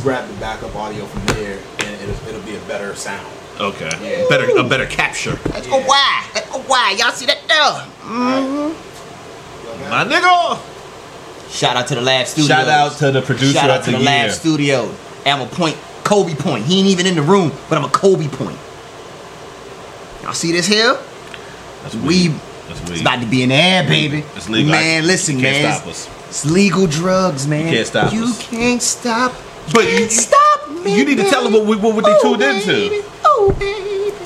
grab the backup audio from there, and it'll, it'll be a better sound. Okay. Better a better capture. Let's go wide. Let's go wide. Y'all see that though? My nigga. Shout out to the Lab Studios. Shout out to the producer Shout out of to the, the year. Lab Studio. I'm a point Kobe point. He ain't even in the room, but I'm a Kobe point. Y'all see this here? That's weed. We That's it's weed. about to be in the air, baby. It's legal. Man, I- listen, you can't man. stop us. It's legal drugs, man. can't stop You us. can't stop. But can't you- stop me. you need to tell 'em what we- what we- they oh, tuned into. baby. Oh, baby.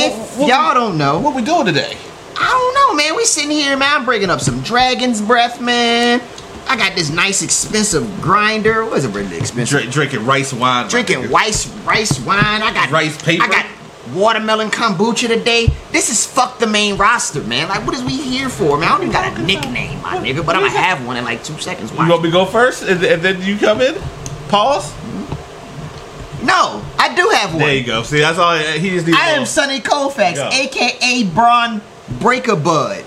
If what- y'all don't know, What we doing today? I don't know, man. We sitting here, man. I'm breaking up some dragon's breath, man. I got this nice expensive grinder. What is it really expensive? Drink, drinking rice wine. my Drinking nigga. rice rice wine. I got Rice paper? I got watermelon kombucha today. This is fuck the main roster, man. Like, what is we here for, man? I don't even got a nickname, my nigga, but I'm gonna have one in like two seconds. You want Watch. me to go first, and, and then you come in? Pause. No, I do have one. There you go. See, that's all. He just needs. I a am Sonny Colfax, Yeah. aka Braun Breaker Bud.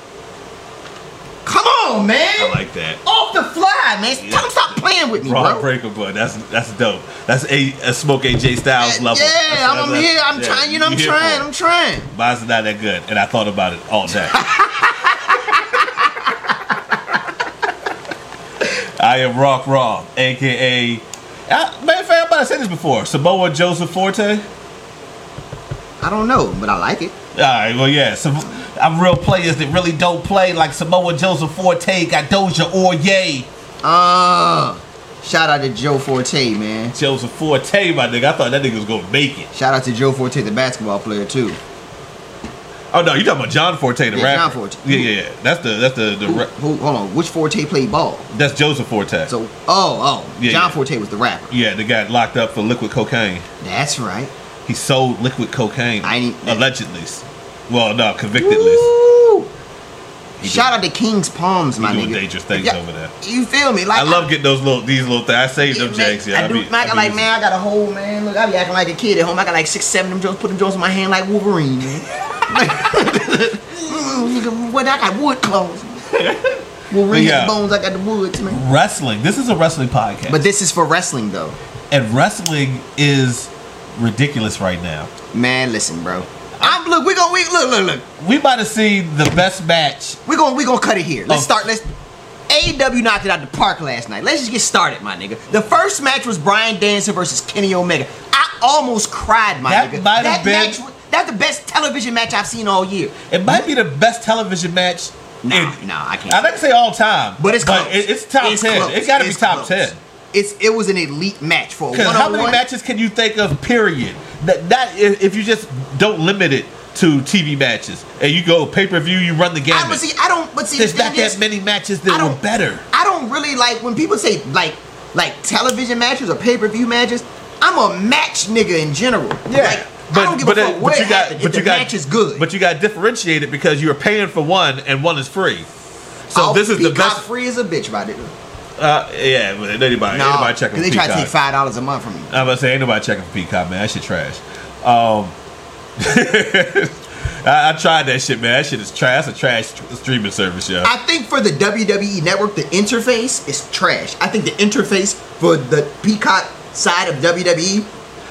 Come on, man. I like that. Off the fly, man. Tell him stop playing with me, Raw bro. breaker, but that's that's dope. That's a, a smoke AJ Styles Yeah, level. That's- I'm, I'm that's- here. I'm yeah, trying. You know, I'm here trying. for it. I'm trying. Mine's not that good, and I thought about it all day. I am Rock Raw, aka. I, matter of fact, I'm about to say this before. Samoa Joseph Forte. All I don't know, but I like it. right, well, yeah. Some, I'm real players that really don't play like Samoa Joseph Forte, got Doja Oye. Uh, shout out to Joe Forte, man. Joseph Forte, my nigga. I thought that nigga was gonna make it. Shout out to Joe Forte, the basketball player too. Oh no, you talking about John Forte, the Yeah, rapper? John Forte. Yeah, yeah, yeah. That's the that's the, the Who, ra- who- hold on, which Forte played ball? that's Joseph Forte. So, oh, oh, Yeah, John yeah. Forte was the rapper. yeah, the guy locked up for liquid cocaine. That's right. He sold liquid cocaine I ain't- allegedly. Well, no, convicted list. Woo! He Shout out to King's Palms, my doing nigga. dangerous things Yeah, over there. You feel me? Like I love getting those little these little things. I save them Yeah, man, jakes. Yeah, I do. be- man, I got be like, using- man, I got a whole man. Look, I be acting like a kid at home. I got like six, seven of them Jones. Put them Jones in my hand like Wolverine, man. Mm, nigga, what? I got wood clothes. Wolverine But yeah. has bones. I got the woods, man. Wrestling. This is a wrestling podcast, But this is for wrestling, though. and wrestling is ridiculous right now. Man, listen, bro. I'm look. We gonna we, look, look, look. We about to see the best match. We gonna we gonna cut it here. Let's Oh. start. Let's. AEW knocked it out the park last night. Let's just get started, my nigga. The first match was Brian Danielson versus Kenny Omega. I almost cried, my That nigga. might have that been- match. wa- That's the best television match I've seen all year. It might be the best television match. Nah, in- nah, I can't. I like to say all time, but it's close. it- it's top ten. close. It's got to be It's top close. ten. It's it was an elite match for a Because one how on many one. matches can you think of? Period. That that if if you just don't limit it to TV matches and you go pay per view, you run the I, but gamut. see, I don't. But see, There's the not thing that is, many matches I that were don't- better. I don't really like when people say like like television matches or pay per view matches. I'm a match nigga in general. Like, I don't give a fuck uh, what happened if the match is good. But you got differentiated because you're paying for one and one is free. So I'll this is the Peacock best. Free as a bitch about it. Uh, yeah, but anybody, anybody checking because they for try to Peacock. take five dollars a month from me. I'm about to say ain't nobody checking for Peacock, man. That shit trash. Um, I, I tried that shit, man. That shit is trash. That's a trash tr- streaming service, yo. I think for the WWE network, the interface is trash. I think the interface for the Peacock side of E, WWE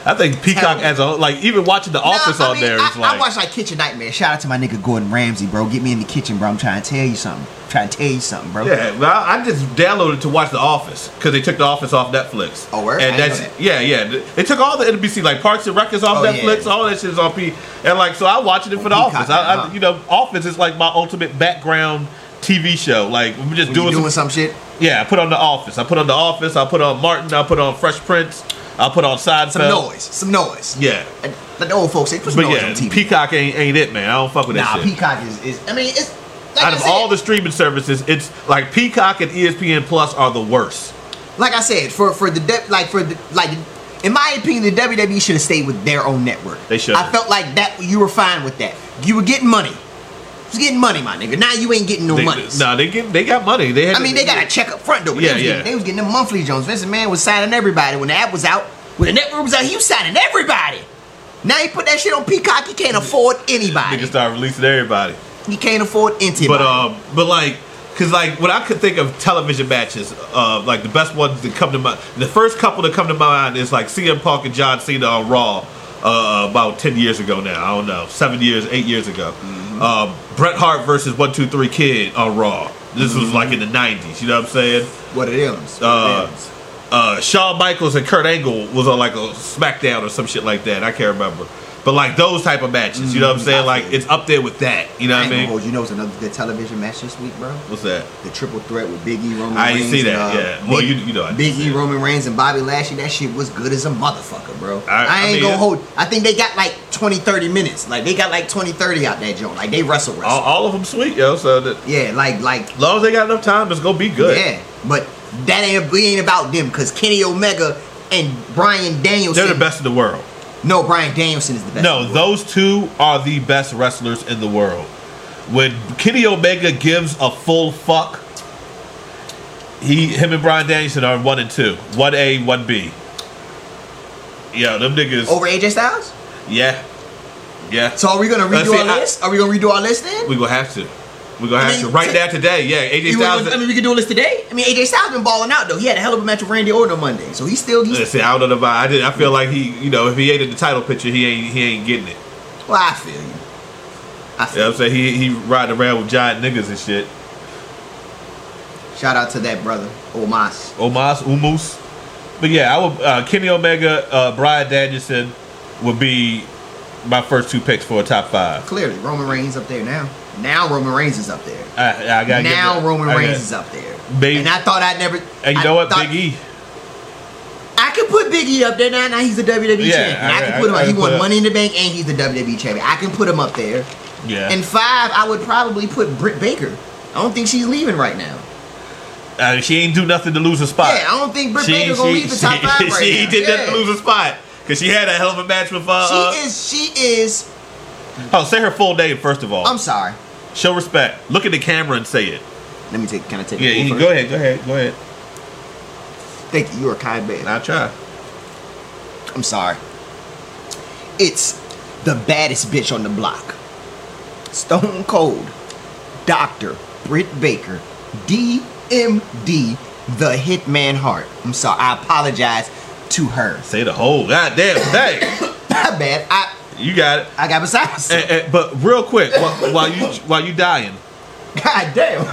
I think Peacock Hell. as a whole, like even watching The Nah, Office I on mean, there I, is like I watch like Kitchen Nightmare. Shout out to my nigga Gordon Ramsay, bro. Get me in the kitchen, bro. I'm trying to tell you something. trying to tell you something, bro. Yeah, well, I I just downloaded to watch The Office because they took The Office off Netflix. Oh, word? I And didn't that's know that. yeah, yeah. They took all the NBC like Parks and Records off Oh, yeah. Netflix. All that shit is on P. And like, so I watching it for The Peacock, Office. I, huh. I, you know, Office is like my ultimate background TV show. Like, we're just When you doing, some, doing some shit. Yeah, I put on The Office. I put on The Office. I put on Martin. I put on Fresh Prince. I put on Seinfeld. Some noise. Some noise. Yeah, And Let the old folks say, put some but noise yeah, on TV. Peacock ain't ain't it, man. I don't fuck with that nah, shit. Peacock is, is. I mean, it's. Like Out I of said, all the streaming services, it's like Peacock and E ESPN Plus are the worst. Like I said, for for the de- like for the like. In my opinion, the WWE should have stayed with their own network. They should've. I felt like that you were fine with that. You were getting money. You was getting money, my nigga. Now you ain't getting no They, money. nah, they get they got money. They had I mean, they got a check up front though. but Yeah, they was yeah. Getting, they was getting them monthly Jones. Vincent Man was signing everybody when the app was out. When the network was out, he was signing everybody. Now he put that shit on Peacock. He can't afford They anybody. can start releasing everybody. uh, He can't afford anybody. But um, but like, Cause like when I could think of television matches, uh, like the best ones that come to my, the first couple that come to my mind is like CM Punk and John Cena on Raw, uh, about ten years ago now. I don't know, seven years, eight years ago. Um, Bret Hart versus One Two Three Kid on Raw. This was like in the '90s. You know what I'm saying? What it is. What Uh, it is. uh, Shawn Michaels and Kurt Angle was on like a SmackDown or some shit like that. I can't remember. But like those type of matches, you know what I'm saying? Like it's up there with that. You know what I ain't gonna mean? hold you know it's another good television match this week, bro. What's that? The triple threat with Big E, Roman I didn't Reigns. see that. and, uh, yeah. Well, you you know. I didn't Big see E, it. Roman Reigns, and Bobby Lashley, that shit was good as a motherfucker, bro. I- I, I ain't mean, gonna it- hold. I think they got like 20, 30 minutes. Like, they got like 20, 30 out that joint. Like, they wrestle wrestle. All, all of them sweet, yo. So that, yeah, like, like, as long as they got enough time, it's gonna be good. yeah. But that ain't, we ain't about them because Kenny Omega and Brian Danielson. They're the best in the world. No, Brian Danielson is the best. No, those two are the best wrestlers in the world. When Kenny Omega gives a full fuck, he him and Brian Danielson are one and two. One A, one B. Yeah, them niggas. Over AJ Styles? Yeah. Yeah. So are we gonna Let's redo see, our I- list? Are we gonna redo our list then? we gonna have to. We gonna I have mean, to. Right t- now today, yeah. AJ You- Styles. I mean, we could do a list today. I mean, AJ Styles been balling out though. He had a hell of a match with Randy Orton on Monday, so he's still. He's, Listen, I don't know about I did I feel like he you know, if he ain't in the title picture, he ain't he ain't getting it. well, I feel you. You I know feel. what I'm saying? He he riding around with giant niggas and shit. you. Shout out to that brother, Omas. Omas Umus. But yeah, I would uh, Kenny Omega, uh, Brian Danielson would be my first two picks for a top five. Clearly, Roman Reigns up there now. Now Roman Reigns is up there. I, I gotta give Now it- Roman I Reigns gotta- is up there. Babe- And I thought I'd never. And you I know what, thought- Big E? I could put Big E up there now. Now he's the WWE Yeah, champion. I, I- can I- put him. I up. He can put won up- Money in the Bank, and he's the WWE champion. I can put him up there. Yeah. And five, I would probably put Britt Baker. I don't think she's leaving right now. Uh, she ain't do nothing to lose a spot. Yeah, I don't think Britt Baker gonna leave the top five right she now. did yeah. nothing to lose a spot. Cause she had a hell of a match with uh, uh, She is. She is. Oh, say her full name first of all. I'm sorry. Show respect. Look at the camera and say it. Let me take. Can I take? Yeah, it you, first? go ahead, go ahead, go ahead. Thank you. You are kind, babe. I'll try. I'm sorry. It's the baddest bitch on the block. Stone Cold, Doctor Britt Baker, DMD, the Hitman Heart. I'm sorry. I apologize to her. Say the whole goddamn thing. My bad. I You got it. I got beside myself. Eh, eh, but real quick, while, while you while you dying, God damn.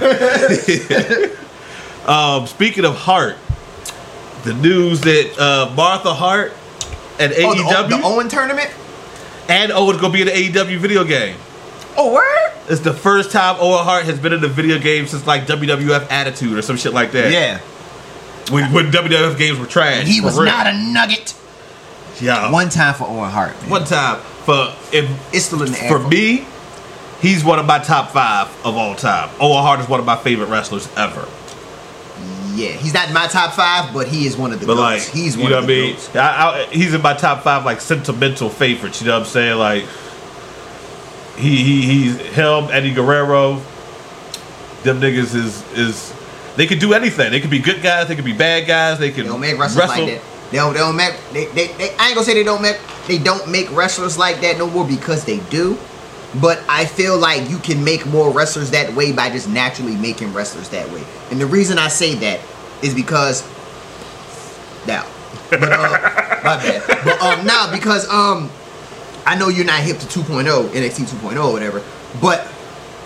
um, speaking of Hart, the news that uh, Martha Hart and Oh, the, AEW the Owen tournament. and Owen's gonna be in the AEW video game. Oh, word. It's the first time Owen Hart has been in a video game since like WWF Attitude or some shit like that. Yeah. when, when WWF games were trash. He for was real. not a nugget. yeah. One time for Owen Hart. man. one time for if It's still in the air. for me, he's one of my top five of all time. Owen Hart is one of my favorite wrestlers ever. Yeah, he's not in my top five, but he is one of the But goats. like, he's you one know of what the I mean? goats. I, I, he's in my top five like sentimental favorites. You know what I'm saying? Like, he he he's him, Eddie Guerrero. Them niggas is is. They could do anything. They could be good guys. They could be bad guys. They could They don't make wrestlers like that. They don't. They don't make. They, they, they. I ain't gonna say they don't make. They don't make wrestlers like that no more because they do. But I feel like you can make more wrestlers that way by just naturally making wrestlers that way. And the reason I say that is because now, but, uh, my bad. But um, now because um, I know you're not hip to oh, 2.0 NXT 2.0 or whatever, but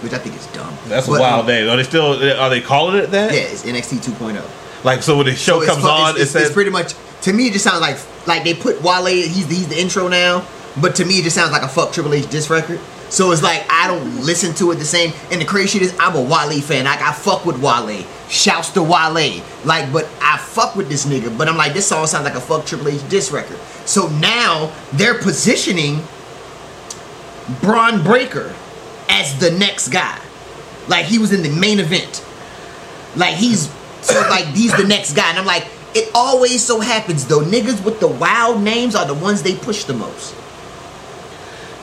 which I think is dumb. That's a But, wild um, name. Are they still? Are they calling it that? Yeah, it's NXT 2.0. Like so when the show So it's comes fu- it's- on, it's, it says it's pretty much to me. It just sounds like like they put Wale. He's the, he's the intro now, but to me, it just sounds like a fuck Triple H diss record. So it's like I don't listen to it the same. And the crazy shit is, I'm a Wale fan. Like I fuck with Wale. Shouts to Wale. Like, but I fuck with this nigga. But I'm like, this song sounds like a fuck Triple H diss record. So now they're positioning Braun Breaker as the next guy. Like he was in the main event. Like he's so like he's the next guy. And I'm like, it always so happens though. Niggas with the wild names are the ones they push the most.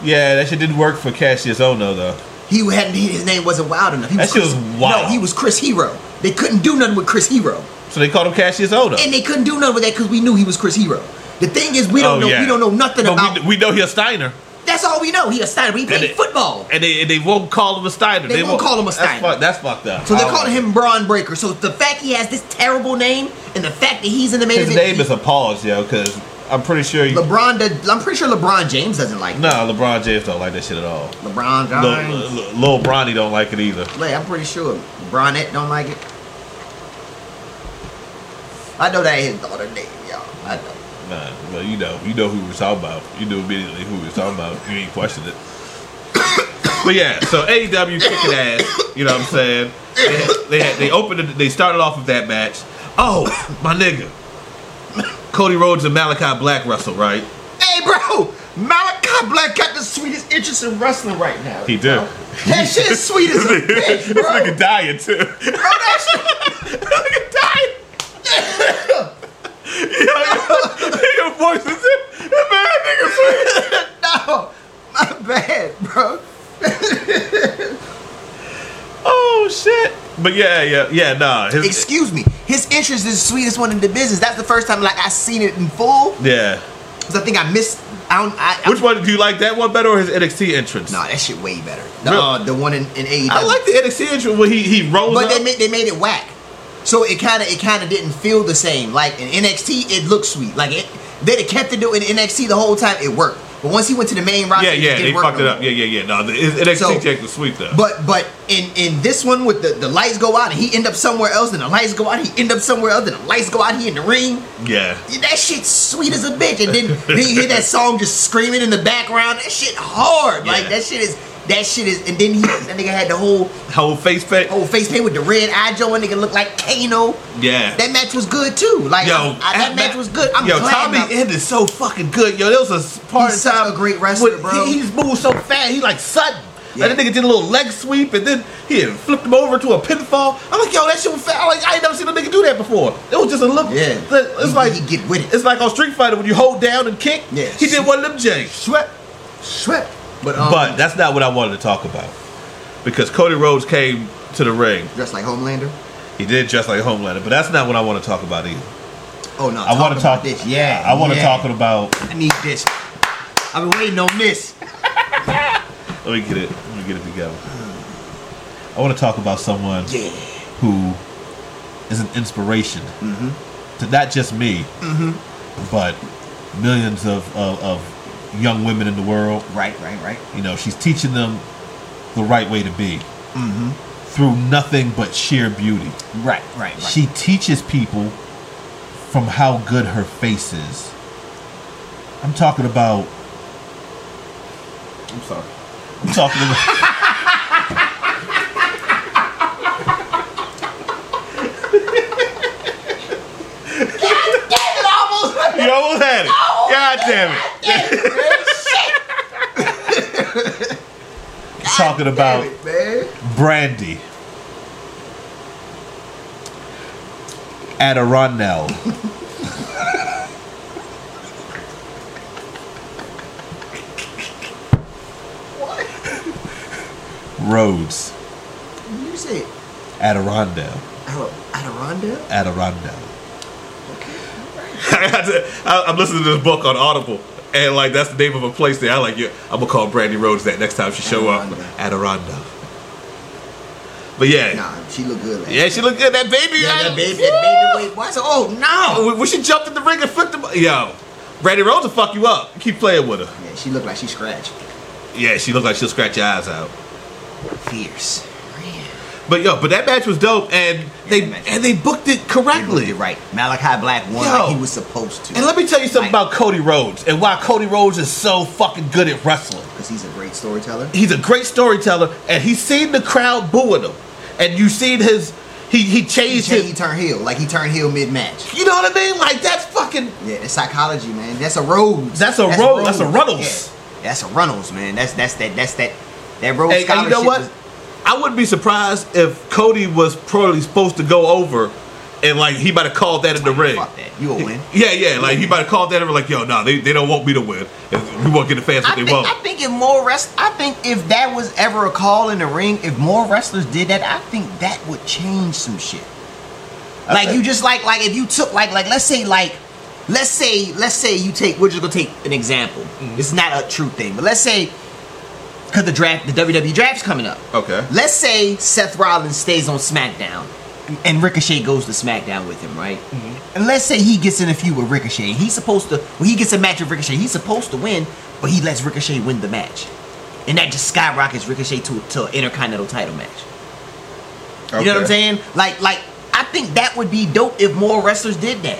Yeah, that shit didn't work for Cassius Ono though. He hadn't he- his name wasn't wild enough. He That shit Chris- was wild. No, he was Chris Hero. They couldn't do nothing with Chris Hero. So they called him Cassius Ono. And they couldn't do nothing with that because we knew he was Chris Hero. The thing is we don't Oh, know yeah. we don't know nothing But about We, we know he's a Steiner. That's all we know. He a Steiner, but he played it- football. and they and they won't call him a Steiner. They won't call him a That's, Steiner. fuck, that's fucked up. So I they're don't calling like him Braun Breaker. So the fact he has this terrible name and the fact that he's in the main it. His event- name is a pause, yo, because I'm pretty sure you. LeBron. Does, I'm pretty sure LeBron James doesn't like no, LeBron James don't like that shit at all. LeBron Lil, James. Lil, Lil Bronny don't like it either. Like, I'm pretty sure Bronette don't like it. I know that ain't his daughter name, y'all. I know. Nah, well, you know, you know who we're talking about. You knew immediately who we were talking about. You ain't question it. but yeah, so AEW kicking ass. You know what I'm saying? They they, had, they opened it, they started off with that match. Oh, my nigga, Cody Rhodes and Malachi Black wrestle right. Hey, bro, Malachi Black got the sweetest interest in wrestling right now. He did. That shit is sweet as a bitch, bro. nigga dying too. Bro, that nigga dying. yo, yo, nigga voice is it? Man, nigga sweet. shit, no, my bad, bro. Oh shit. But yeah, yeah, yeah. Nah, his, Excuse me. His interest is the sweetest one in the business. That's the first time like I seen it in full. yeah. Cause I think I missed. I don't. I, I, Which one do you like? That one better or his NXT entrance? Nah, that shit way better. The, Really? uh, the one in, in AEW. I like the NXT entrance when he he rolls but up. they made they made it whack. So it kind of it kind of didn't feel the same. Like in NXT, it looked sweet. Like it, they'd have kept it doing in NXT the whole time. It worked. But once he went to the main roster, yeah, it yeah, didn't they work fucked no it more. up. Yeah, yeah, yeah. No, the his NXT So- check was sweet though. But but in in this one with the, the lights go out and he end up somewhere else, and the lights go out, he end up somewhere else, and the lights go out, he in the ring. yeah, That shit's sweet as a bitch. And then, then you hear that song just screaming in the background. That shit hard. Like Yeah. that shit is that shit is and then he that nigga had the whole whole face fit. whole face paint with the red eye Joe and nigga looked like Kano. yeah. That match was good too. Like I- I- that at- match was good. I'm yo, glad. Tommy that- ended so fucking good. Yo, there was a part He's of such time a great wrestler, when bro. He, he's moved so fast. He like sudden. Yeah. Like that nigga did a little leg sweep and then he had flipped him over to a pinfall. I'm like, yo, that shit was fast. Like I ain't never seen a nigga do that before. It was just a little. Yeah. It's He- like he get with it. It's like on Street Fighter when you hold down and kick. Yeah. He did one of them James. swept, swept. But um, But that's not what I wanted to talk about. Because Cody Rhodes came to the ring. dressed like Homelander. He did dress like Homelander, but that's not what I want to talk about either. Oh no, I want about to talk. this. Yeah, I want to yeah. talk about. I need this. I've been waiting on this. Let me get it. Let me get it together. I want to talk about someone Yeah. who is an inspiration to not just me, but millions of, of, of young women in the world. Right, right, right. You know, she's teaching them the right way to be through nothing but sheer beauty. Right, right, right. She teaches people from how good her face is. I'm talking about. I'm sorry. I'm talking about. It almost went you almost had it. God damn it. there, man. Shit. I'm talking about Damn it, man. Brandy. Adirondack. What? Rhodes. You said Adirondack. Ad- Adirondack? Adirondack. Okay. I had to, I, I'm listening to this book on Audible, and like that's the name of a place there. I like you. I'm gonna call Brandy Rhodes that next time she show up. Adirondack. But yeah, Nah, she look good. Like yeah, she looked good. That baby, Yeah, I- that baby, that baby weight. Boy, I said, oh no. Oh, when she jumped in the ring and flipped the yo, Brandy Rhodes will fuck you up. Keep playing with her. Yeah, she looked like she scratched. Yeah, she looked like she'll scratch your eyes out. Fierce. Man. But yo, but that match was dope, and they that match was- and they booked it correctly. You're right. Malachi Black won Yo. like he was supposed to. And let me tell you something about Cody Rhodes and why Cody Rhodes is so fucking good at wrestling. Because he's a great storyteller. he's a great storyteller, and he's seen the crowd booing him, and you seen his he he He, changed changed, he his. turned heel. Like he turned heel mid match. You know what I mean? Like that's fucking Yeah, that's psychology, man. That's a Rhodes. That's a Rhodes. That's a Runnels. Yeah. That's a Runnels, man. That's that's that that's that that Rhodes And, and you scholarship. know what? was- I wouldn't be surprised if Cody was probably supposed to go over, and like he might have called that in the ring. Fuck that. You will win. Yeah, yeah, like he might have called that and were like, "Yo, nah, they, they don't want me to win. If We won't get the fans what I they think, want." I think if more rest, I think if that was ever a call in the ring, if more wrestlers did that, I think that would change some shit. Like think- you just like like if you took like like let's say like let's say let's say you take we're just gonna take an example. Mm-hmm. It's not a true thing, but let's say because the draft the WWE draft's coming up. Okay. Let's say Seth Rollins stays on SmackDown and Ricochet goes to SmackDown with him, right? And let's say he gets in a feud with Ricochet. He's supposed to when he gets a match with Ricochet, he's supposed to win, but he lets Ricochet win the match. And that just skyrockets Ricochet to to an intercontinental title match. You know what I'm Okay. saying? Like, like I think that would be dope if more wrestlers did that.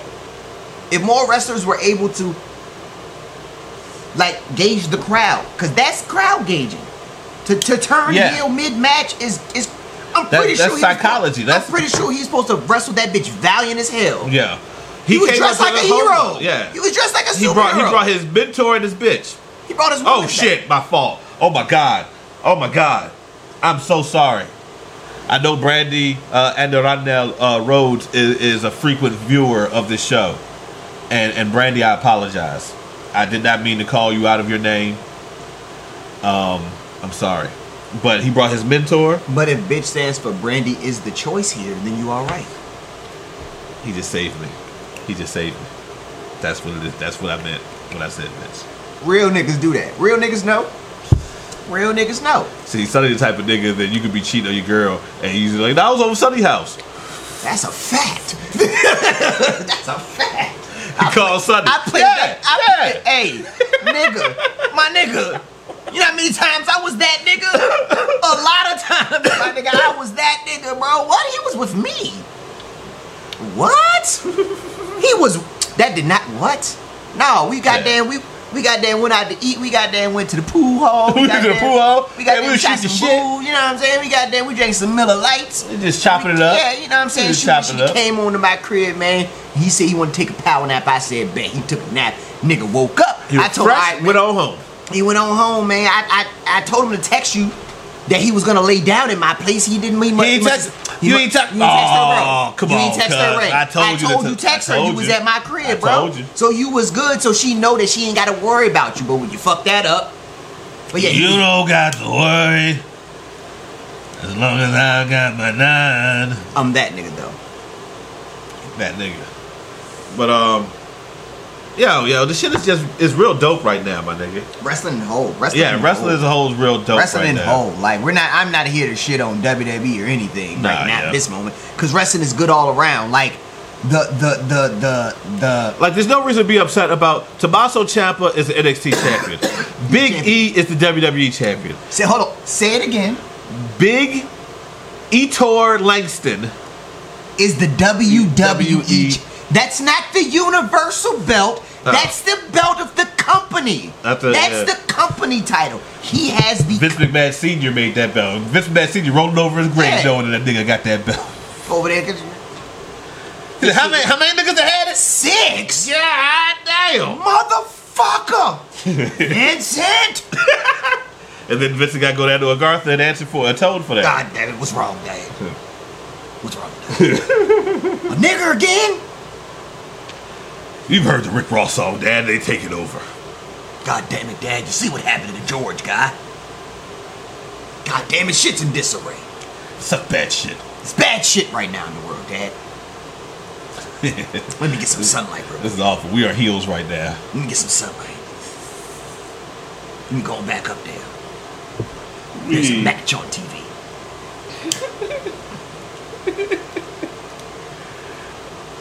If more wrestlers were able to, like, gauge the crowd, because that's crowd gauging. To, to turn Yeah. heel mid match is is. I'm That- pretty that's sure he was- psychology. That's- I'm pretty sure he's supposed to wrestle that bitch valiant as hell. Yeah. He, was came dressed up like to a the whole- hero. Yeah. He was dressed like a He superhero. brought he brought his mentor and his bitch. He brought his. woman Oh back. shit, my fault. Oh my god. Oh my god. I'm so sorry. I know Brandy uh, and Rondell uh, Rhodes is, is a frequent viewer of this show, and and Brandy, I apologize. I did not mean to call you out of your name. Um, I'm sorry, but he brought his mentor. But if bitch stands for Brandy is the choice here, then you all right. He just saved me. He just saved me. That's what it is. That's what I meant when I said this. Real niggas do that. Real niggas know. Real niggas know. See, Sonny the type of nigga that you could be cheating on your girl, and he's like, "That was over Sonny house." That's a fact. That's a fact. He called Sonny. I played yeah, that. I yeah. played, hey, nigga, my nigga. You know how many times I was that nigga? A lot of times, my nigga. I was that nigga, bro. What? He was with me. What? He was. That did not. What? No, we goddamn. We we goddamn went out to eat. We goddamn went to the pool hall. We went to the goddamn- pool hall. We Yeah, goddamn we was shot some shooting shit. shit. you know what I'm saying? We goddamn. We drank some Miller Lights. Just chopping it up. Yeah, you know what I'm saying? Just She, chopping she it up. came on to my crib, man. He said he wanted to take a power nap. I said, bet. He took a nap. Nigga woke up. He was I told him, fresh, "All right, went on home. he went on home, man. I, I I told him to text you that he was gonna lay down in my place. He didn't mean much. ain't must- text- you mu- ain't text- You ain't text her, Aw, bro. come you on, ain't text cuz. her, right? I told you to you te- I text her. told You was you. at my I crib, bro. told you. So you was good. So she know that she ain't gotta worry about you. But when you fuck that up, but yeah, he was- don't got to worry. As long as I got my nine. I'm that nigga though. That nigga. But um Yo, yo, the shit is just is real dope right now, my nigga. Wrestling and whole. Wrestling Yeah, and wrestling whole. as a whole is real dope wrestling right in now. whole. Like we're not. I'm not here to shit on WWE or anything Nah, right now yeah. at this moment because wrestling is good all around. Like the the the the the. Like, there's no reason to be upset about Tommaso Ciampa is the NXT champion. Big E is the WWE champion. Say hold on. Say it again. Big Etor Langston. Is the WWE? WWE. That's not the Universal Belt. Oh. That's the belt of the company. That's a- That's yeah. the company title. He has the Vince McMahon Sr. made that belt. Vince McMahon Sr. rolled over his grave Yeah. knowing that that nigga got that belt. over there. how many how many niggas have had it? Six. God damn. Motherfucker. Vincent. And then Vincent got to go down to Agartha and answer for atone for that. God damn it, what's wrong, Dad? What's wrong, Dad? A nigger again? You've heard the Rick Ross song, Dad. They take it over. God damn it, Dad, you see what happened to the George guy? God damn it, shit's in disarray. Suck that shit. It's bad shit right now in the world, Dad. Let me get some sunlight, bro. This is awful. We are heels right now. Let me get some sunlight. Let me go back up there. There's a We- match on TV.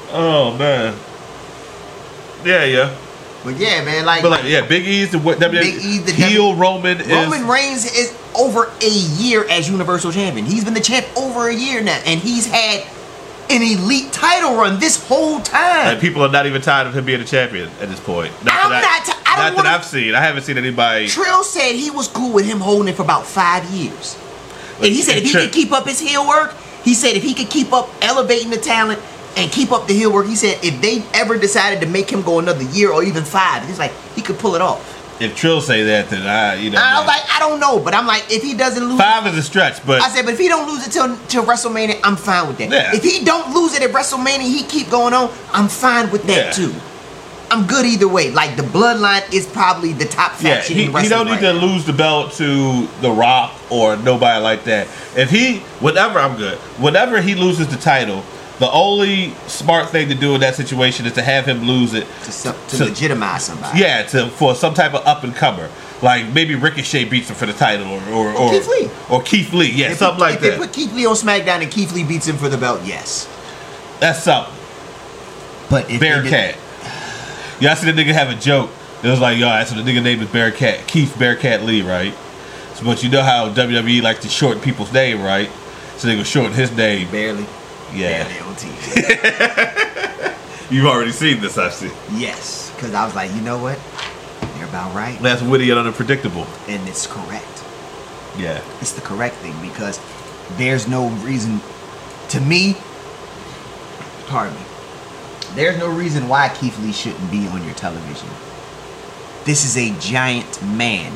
Oh man. Yeah, yeah. But yeah, man, like, But like, yeah, Big E's the what? WWE. Big E, the heel W- Roman is. Roman Reigns is over a year as Universal Champion. He's been the champ over a year now, and he's had an elite title run this whole like, time. people are not even tired of him being a champion at this point. Not I'm that not ti- I that don't wanna- I've seen. I haven't seen anybody. Trill said he was cool with him holding it for about five years. And he said if he Tri- could keep up his heel work, he said if he could keep up elevating the talent and keep up the heel work, he said if they ever decided to make him go another year or even five, he's like, he could pull it off. If Trill say that, then I, you know, I man. was like, I don't know, but I'm like, if he doesn't lose five is a stretch, but I said, but if he don't lose it till, till WrestleMania, I'm fine with that. Yeah. If he don't lose it at WrestleMania, he keep going on. I'm fine with that Yeah. too. I'm good either way. Like the Bloodline is probably the top yeah, faction he, in he wrestling. don't need right to now. lose the belt to The Rock or nobody like that. If he, whenever I'm good, whenever he loses the title, The only smart thing to do in that situation is to have him lose it. to, some- to So- legitimize somebody. Yeah, to for some type of up and comer. Like maybe Ricochet beats him for the title, or or, or Keith Lee. or Keith Lee. Yeah, If something they, like if that. they put Keith Lee on SmackDown and Keith Lee beats him for the belt, yes. That's something. But if they did- Bearcat. Y'all see the nigga have a joke. It was like, yo, that's what the nigga name is Bearcat. Keith Bearcat Lee, right? So, but you know how WWE like to shorten people's name, right? So they gonna shorten his name. barely, Yeah. barely on TV. You've already seen this, I see. yes, because I was like, you know what? You're about right, That's witty and unpredictable. and it's correct. Yeah. It's the correct thing because there's no reason to me. Pardon me. There's no reason why Keith Lee shouldn't be on your television. This is a giant man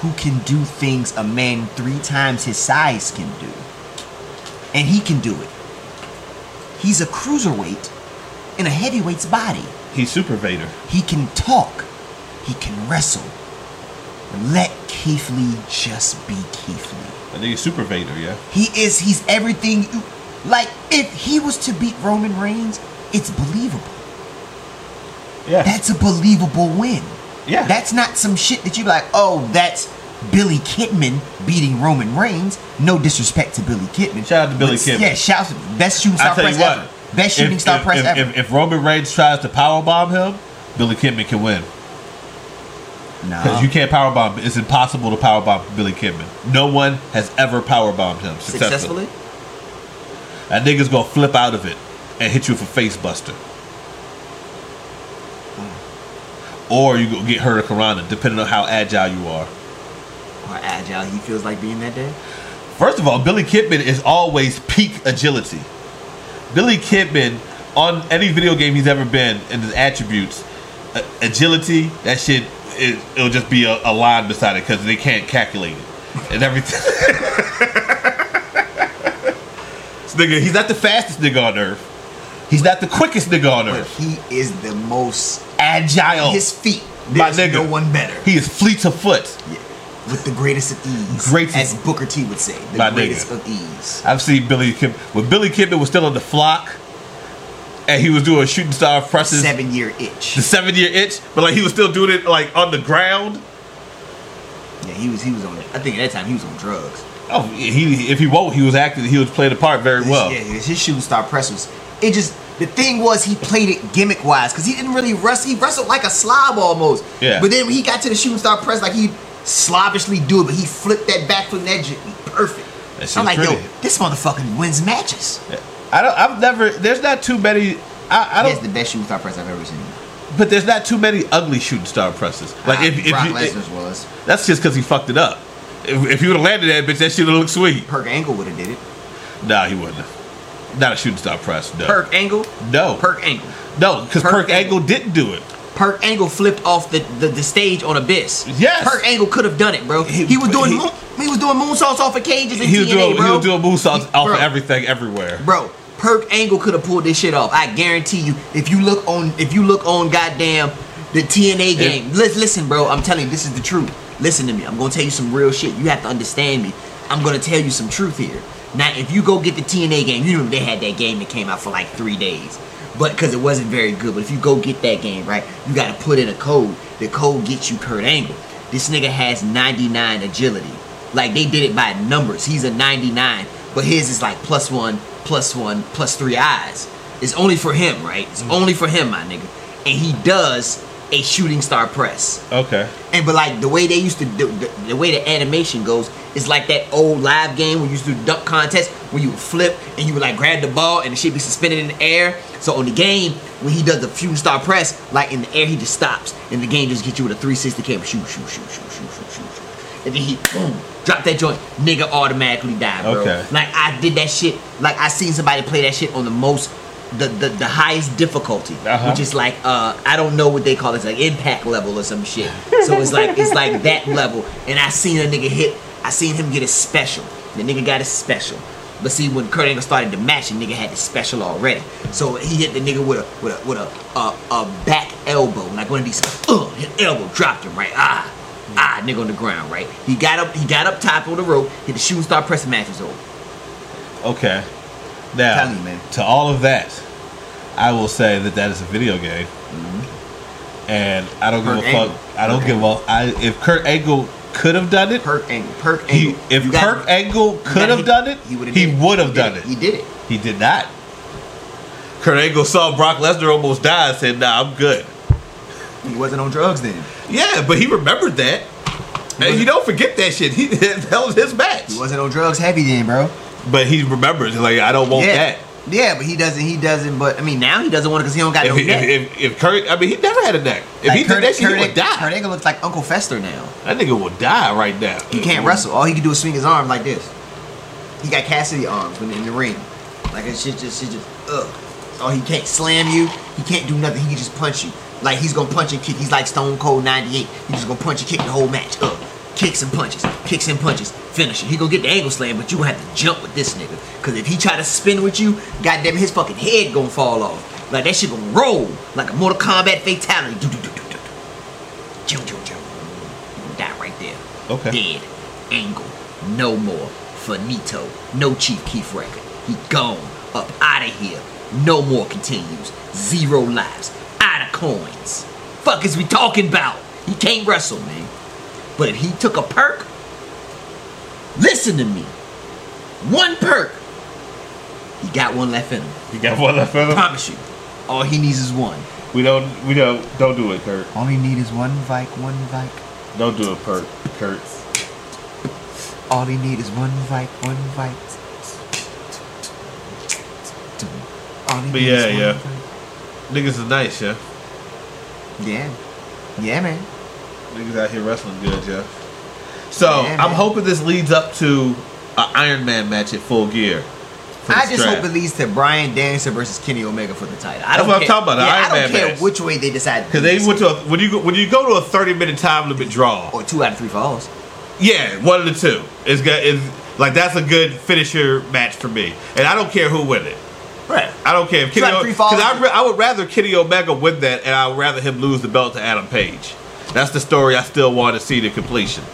who can do things a man three times his size can do. And he can do it. He's a cruiserweight in a heavyweight's body. He's Super Vader. He can talk. He can wrestle. Let Keith Lee just be Keith Lee. I think he's Super Vader, yeah. He is. He's everything. You, like if he was to beat Roman Reigns, it's believable. Yeah. That's a believable win. Yeah. That's not some shit that you be like. Oh, that's Billy Kidman beating Roman Reigns. No disrespect to Billy Kidman. Shout out to Billy But, Kidman. Yeah, shout out to best shooting I star tell press you what. ever. Best shooting if, star if, press if, ever. If, if Roman Reigns tries to powerbomb him, Billy Kidman can win. Because no, you can't powerbomb. It's impossible to powerbomb Billy Kidman. No one has ever powerbombed him successfully. successfully. That nigga's gonna flip out of it and hit you with a face buster. Hmm. Or you gonna get hurt a Karana, depending on how agile you are. Or agile he feels like being that day. First of all, Billy Kidman is always peak agility. Billy Kidman, on any video game he's ever been, in his attributes, a- agility, that shit, it, it'll just be a, a line beside it because they can't calculate it. And everything. this nigga, he's not the fastest nigga on earth. He's not the quickest nigga on But earth. he is the most. Agile. His feet. Oh. My There's nigga. no one better. He is fleet of foot. Yeah. With the greatest of ease. Greatest. As Booker T would say. The My nigga. greatest of ease. I've seen Billy Kidman. When Billy Kidman was still on the flock and he was doing shooting star presses. Seven year the itch. seven year itch, but like he was still doing it like on the ground. Yeah, he was he was on I think at that time he was on drugs. Oh, he if he won't, he was acting. He was playing the part very well. yeah, his his shooting star press was it just the thing was he played it gimmick wise because he didn't really wrestle he wrestled like a slob almost. Yeah. But then when he got to the shooting star press, like he slavishly do it, but he flipped that back from that j- perfect. That shit I'm was like, pretty. yo, this motherfucker wins matches. I don't. I've never. There's not too many. I, I That's don't. the best shooting star press I've ever seen. but there's not too many ugly shooting star presses. Like Ah, if, if, Brock you, Lesnar's was. that's just because he fucked it up. If, if he would have landed that bitch, that shit would have looked sweet. Perk Angle would have did it. Nah, he wouldn't. have. Not a shooting star press. No. Perk Angle. No. Perk Angle. No, because Perk Perk Angle Angle. didn't do it. Perk Angle flipped off the, the, the stage on Abyss. Yes. Perk Angle could have done it, bro. He- He, was doing he- moon, he was doing moonsaults off of cages and He was TNA, doing. bro. He was doing moonsaults He- off bro, of everything, everywhere. Bro, Perk Angle could have pulled this shit off. I guarantee you. If you look on, if you look on, goddamn the TNA game. Lis- listen, bro. I'm telling you, this is the truth. Listen to me. I'm gonna tell you some real shit. You have to understand me. I'm gonna tell you some truth here. Now, if you go get the TNA game, you know they had that game that came out for like three days, but because it wasn't very good. But if you go get that game, right, you gotta put in a code. The code gets you Kurt Angle. This nigga has 99 agility. Like they did it by numbers. He's a 99, but his is like plus one, plus one, plus three eyes. It's only for him, right? It's only for him, my nigga. And he does a shooting star press. Okay. And but like the way they used to do the, the way the animation goes is like that old live game where you used to do dunk contest where you would flip and you would like grab the ball and the shit be suspended in the air. So on the game, when he does the few star press, like in the air he just stops and the game just gets you with a 360 camera. Shoot, shoot, shoot, shoot, shoot, shoot, shoot, shoot. And then he boom, drop that joint, nigga automatically die, bro. Okay. Like I did that shit, like I seen somebody play that shit on the most the, the, the highest difficulty, Uh-huh. which is it's like uh I don't know what they call it, it's like impact level or some shit. So it's like it's like that level. And I seen a nigga hit I seen him get a special. The nigga got a special. But see when Kurt Angle started the match, the nigga had the special already. So he hit the nigga with a with a with a a, a back elbow, like one of these uh hit elbow dropped him right. Ah ah nigga on the ground, right? He got up he got up top on the rope, hit the shooting star pressing match was over. Okay. Now, Telling you, man. to all of that, I will say that that is a video game, and I don't give Kurt a Mm-hmm. Angle. fuck. I don't Kurt give a. I if Kurt Angle could have done it, Perk Angle. Perk Angle. he, if You got- Kurt Angle you could got- have done it, he would've did would have He done did it. He did it. He did not. Kurt Angle saw Brock Lesnar almost die and said, "Nah, I'm good." He wasn't on drugs then. Yeah, but he remembered that, and you don't forget that shit. He that was his match, He wasn't on drugs heavy then, bro. but he remembers like I don't want yeah. that. Yeah, but he doesn't. He doesn't. But I mean, now he doesn't want it because he don't got If, no he- neck. if, if, if Kurt, I mean, he never had a neck. If Like, he Kurt- did that shit, Kurt- he would die. Kurt Angle looks like Uncle Fester now. That nigga will die right now. He can't wrestle. All he can do is swing his arm like this. He got Cassidy arms when in the ring. Like that shit just shit just ugh. Oh, he can't slam you. He can't do nothing. He can just punch you. Like he's gonna punch and kick. He's like Stone Cold '98. He's just gonna punch and kick the whole match. Ugh. Kicks and punches. Kicks and punches. Finish it. He gonna get the angle slam, but you gonna have to jump with this nigga. Cause if he try to spin with you, goddamn, it, his fucking head gonna fall off. Like that shit gonna roll like a Mortal Kombat fatality. Do do do do do. Jum jum jum. Die right there. Okay. Dead. Angle. No more. Finito. No Chief Keith record. He gone. Up out of here. No more continues. Zero lives. Out of coins. Fuck is we talking about? He can't wrestle, man. But if he took a perk, listen to me. One perk. He got one left in him. You got one left in him? Promise you. All he needs is one. We don't. We don't. Don't do it, Kurt. All he needs is one Vike, one Vike. Don't do it, Kurt. Kurt. All he need is one bite, one bite. All he But need yeah, is yeah. one Niggas is nice, yeah. bite. Yeah. Yeah, man. Niggas out here wrestling good, yeah. So Yeah, I'm man. hoping this leads up to an Iron Man match at Full Gear. for I this just draft. hope it leads to Brian Danielson versus Kenny Omega for the title. I That's don't what I'm care. talking about, the Yeah, Iron I Man don't care match. which way they decide. to Because do they this. went to a, when you go, when you go to a 30 minute time limit draw. or two out of three falls. Yeah, one of the two. It's got is like that's a good finisher match for me, and I don't care who win it. Right. I don't care if Try Kenny free fall. because I, re- I would rather Kenny Omega win that, and I would rather him lose the belt to Adam Page. That's the story I still want to see to completion,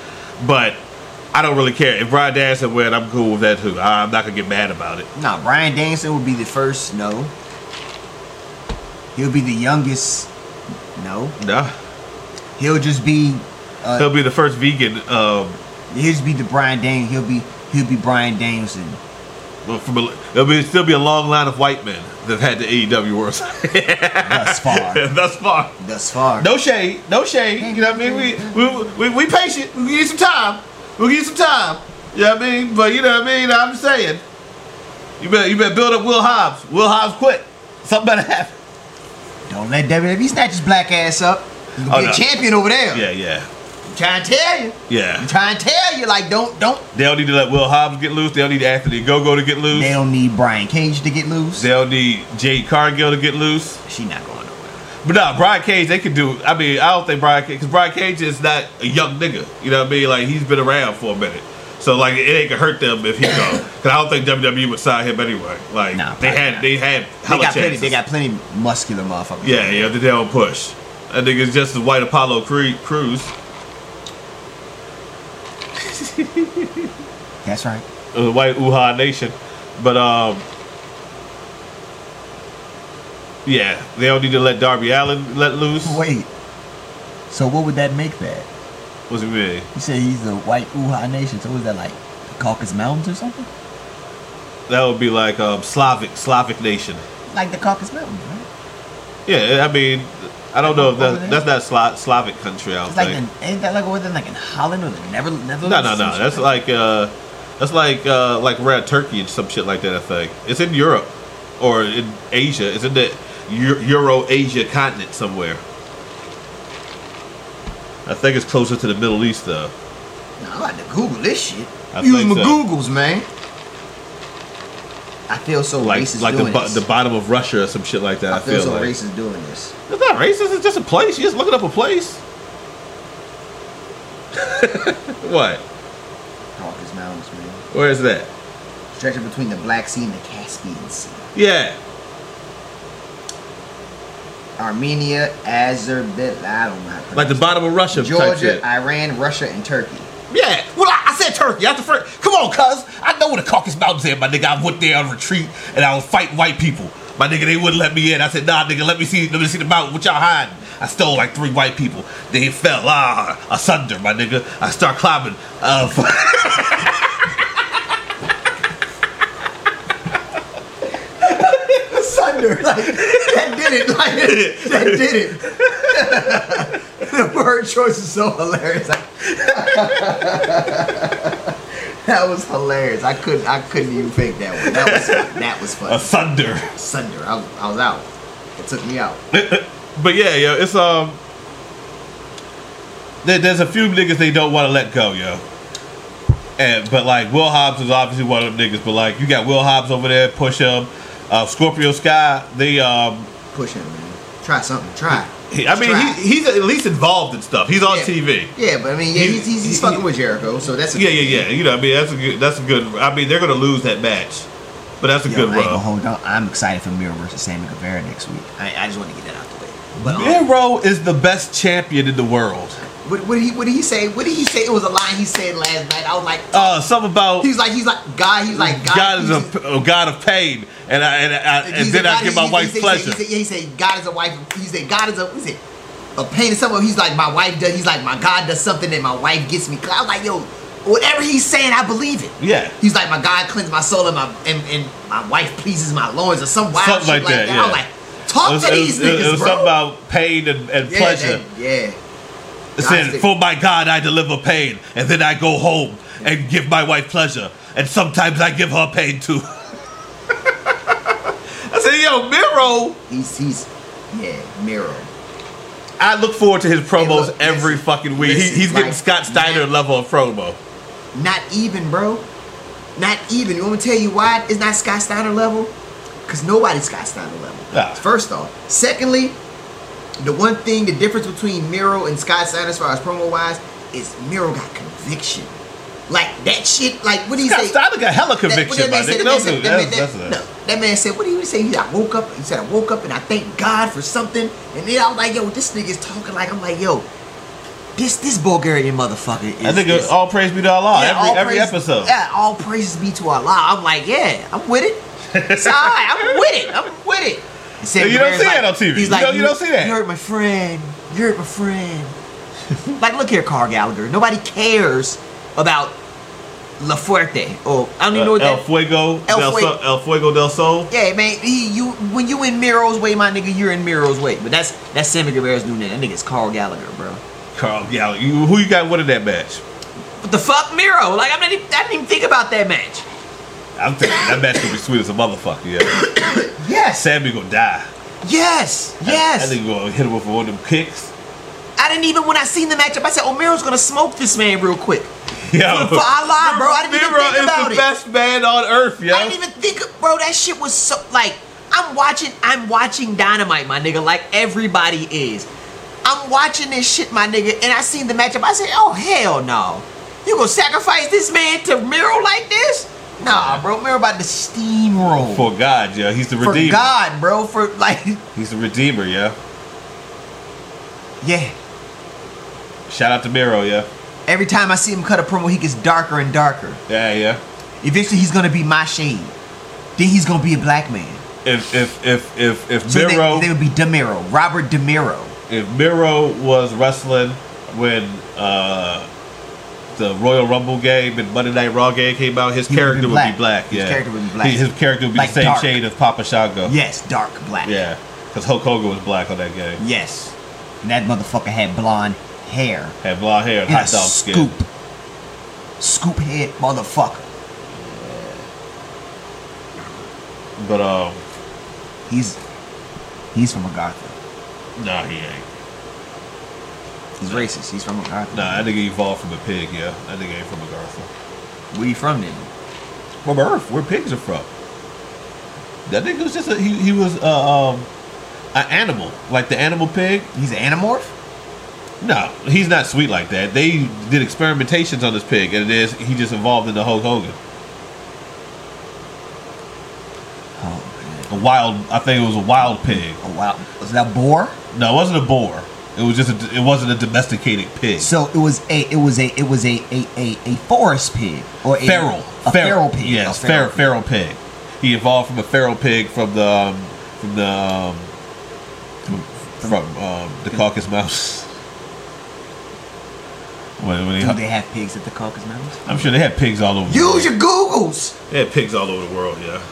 but I don't really care if Brian Danielson win. I'm cool with that too. I- I'm not gonna get mad about it. Nah, Brian Danielson would be the first. No. He'll be the youngest. No. No, He'll just be. Uh, he'll be the first vegan um, he'll just be the Brian Dan. He'll be. He'll be Brian Danielson. from a, it'll be still be a long line of white men that've had the AEW World Thus far. thus far. Thus far. No shade, no shade. You know what I mean? We we, we, we patient. We need some time. We need some time. You know what I mean? But you know what I mean? I'm saying, you better you better build up Will Hobbs. Will Hobbs quit. Something better happen. Don't let WWE snatch his black ass up. You can Oh, be no. a champion over there. Yeah, yeah, I'm trying to tell you. yeah. I'm trying to tell you. Like, don't, don't. They don't need to let Will Hobbs get loose. They don't need Anthony Go-Go to get loose. They don't need Brian Cage to get loose. They don't need Jade Cargill to get loose. She not going nowhere. But nah, Brian Cage, they could do. I mean, I don't think Brian Cage, because Brian Cage is not a young nigga. You know what I mean? Like he's been around for a minute, so like it ain't gonna hurt them if he go. Because I don't think WWE would sign him anyway. Like Nah, they probably had, not. they had hella they got plenty. chances. They got plenty muscular motherfuckers. yeah, yeah, they don't push. That nigga's just as white Apollo Creed Cruz. That's right. the white Uha Nation. But um, yeah, they don't need to let Darby Allen let loose. Wait. So what would that make that? What's it mean? You said he's the white Uha nation. So is that like the Caucasus Mountains or something? That would be like um, Slavic Slavic Nation. Like the Caucasus Mountains, right? Yeah, I mean, I don't know if Over that, there? that's not Sla- Slavic country. I don't It's like, think. in, ain't that like over there, like in Holland or the Never- Netherlands? No, no, or some no. shit That's like uh, that's like uh, like around Turkey and some shit like that. I think it's in Europe or in Asia. It's in the Euro Asia continent somewhere. I think it's closer to the Middle East though. Nah, I'm about to Google this shit. I Use think my so. Googles, man. I feel so Like Oh, racist like the, doing bo- this. the bottom of Russia or some shit like that. I, I, feel, so like racist doing this. it's not racist. It's just a place. You're just looking up a place. what? Caucasus Mountains, man. Where is that? Stretching between the Black Sea and the Caspian Sea. Yeah. Armenia, Azerbaijan, I don't know. How to Like the pronounce bottom of Russia it. type shit. Georgia, Iran, Russia, and Turkey. yeah. Well, I, I said Turkey. That's the first. Come on, cuz. I know where the Caucasus Mountains at, my nigga. I went there on retreat and I was fighting white people. My nigga, they wouldn't let me in. I said, nah, nigga, let me see, let me see the mountain. What y'all hiding? I stole like three white people. They fell ah asunder, my nigga. I start climbing. Uh, Sunder. Like, that did it. Like, that did it. the word choice is so hilarious. Like, that was hilarious. I couldn't. I couldn't even fake that one. That was. That was fun. asunder. Sunder. I was, I was out. It took me out. But yeah, yo, it's um. There, there's a few niggas they don't want to let go, yo. And but like Will Hobbs is obviously one of them niggas. But like you got Will Hobbs over there, push him. Uh, Scorpio Sky, they um. Push him, man. Try something. Try. he- I Just mean, try. he, he's at least involved in stuff. He's on Yeah. TV. Yeah, but I mean, yeah, He- he's, he's, he's he- fucking with Jericho, so that's a Yeah, yeah, yeah. You know, I mean, that's a good. That's a good. I mean, they're gonna lose that match, but that's a Yo, good I ain't gonna run. hold out. I'm excited for Miro versus Sammy Guevara next week. I, I just want to get that out the way. But um, Miro is the best champion in the world. what, what did he what did he say? What did he say? It was a line he said last night. I was like, Uh, something about he's like he's like God. He's like God. God is he's- a, a God of pain, and I and, I, and he's a then I God- give my he- wife he, pleasure. He said, he said God is a wife. He said God is a he said a pain to someone. He's like my wife does. He's like my God does something that my wife gets me. I was like, yo, whatever he's saying, I believe it. Yeah. He's like, my God cleansed my soul and my and, and my wife pleases my loins or some wild Something shit like like that, that. yeah. I was like, talk It was- to it was- these it was niggas, bro. something about pain and, and yeah, pleasure. They, yeah. It God, said, they- "For my God, I deliver pain, and then I go home and give my wife pleasure, and sometimes I give her pain too." I said, "Yo, Miro." He's he's yeah, Miro. I look forward to his promos look, every listen, fucking week. listen, he, he's getting like, Scott Steiner man. level of promo. Not even, bro. Not even. You want me to tell you why it's not Scott Steiner level? Because nobody's Scott Steiner level. Nah. First off. Secondly, the one thing, the difference between Miro and Scott Steiner as far as promo wise, is Miro got conviction. Like that shit, like what do you Scott say? Steiner got hella conviction, That- my what nigga. that Don't man said- do that that. man said- that That's- man- that's- no, That man said, what do you say? He said, I woke up. He said, I woke up and I thank God for something. And then I was like, yo, this nigga's talking like, I'm like, yo, this this Bulgarian motherfucker is. That is- nigga, all praise be to Allah. yeah, all every every praises- episode. Yeah, all praises be to Allah. I'm like, yeah, I'm with it. It's all right. I'm with it. I'm with it. And Sammy You don't Guevara's see that on TV. He's You like, don't- you don't see that." You hurt my friend. You hurt my friend. like, look here, Carl Gallagher. Nobody cares about La Fuerte. Or I don't even know Uh, what El that. Fuego, El del Fuego. Sol, El Fuego del Sol. Yeah, man. He, you when you in Miro's way, my nigga, you're in Miro's way. But that's that's Sammy Guevara's new name. That nigga's Carl Gallagher, bro. Carl Gallagher. You, who you got winning that match? What the fuck, Miro? Like I'm not. Even, I didn't even think about that match. I'm thinking that match could be sweet as a motherfucker. Yeah, Yes. Sammy gonna die. Yes. Yes. I, think gonna hit him with one of them kicks. I didn't even when I seen the matchup. I said, "Oh, Miro's gonna smoke this man real quick." Yo, For Allah, bro, I didn't even Oh. Miro think is about the it. best man on earth, yo. I didn't even think, bro. That shit was so like. I'm watching. I'm watching Dynamite, my nigga. Like everybody is. I'm watching this shit, my nigga, and I seen the matchup. I said, "Oh hell no! You gonna sacrifice this man to Miro like this? Nah, bro. Miro about to steamroll For God, yo, he's the For redeemer. God, bro. For like, He's the redeemer, yo. yeah. Shout out to Miro, yo. Every time I see him cut a promo, he gets darker and darker. Yeah, yeah. Eventually, he's gonna be my shade. Then he's gonna be a black man. If if if if if So Miro they, they would be Demiro, Robert Demiro. if Miro was wrestling when uh the Royal Rumble game and Monday Night Raw game came out, his He would character be would black. be black. His yeah. character would be black. He- his character would be Like the same dark. shade as Papa Shango. Yes, dark black. Yeah, because Hulk Hogan was black on that game. Yes. And that motherfucker had blonde hair Had blonde hair and and a hot dog skin. scoop, scoop head motherfucker. But um, He's he's from Agartha. nah, he ain't. He's racist. He's from Agartha. Nah, that nigga evolved from a pig. Yeah, that nigga ain't from a garfield. Where you from then? From Earth, where pigs are from. That nigga was just a he. He was uh, um, an animal, like the animal pig. He's an anamorph. No, he's not sweet like that. They did experimentations on this pig, and it is he just evolved into Hulk Hogan. Oh A wild, I think it was a wild pig. man. Oh wow. Was that boar? No, it wasn't a boar. It was just a, it wasn't a domesticated pig. So it was a it was a it was a a, a, a forest pig or a, feral, a feral, pig. Yes, a feral, feral pig. He evolved from a feral pig from the um, from the um, from um, the caucus mouse. When, when he, Do they have pigs at the Caucasus Mountains? I'm sure they had pigs all over. the world. Use your Googles. They had pigs all over the world, yeah.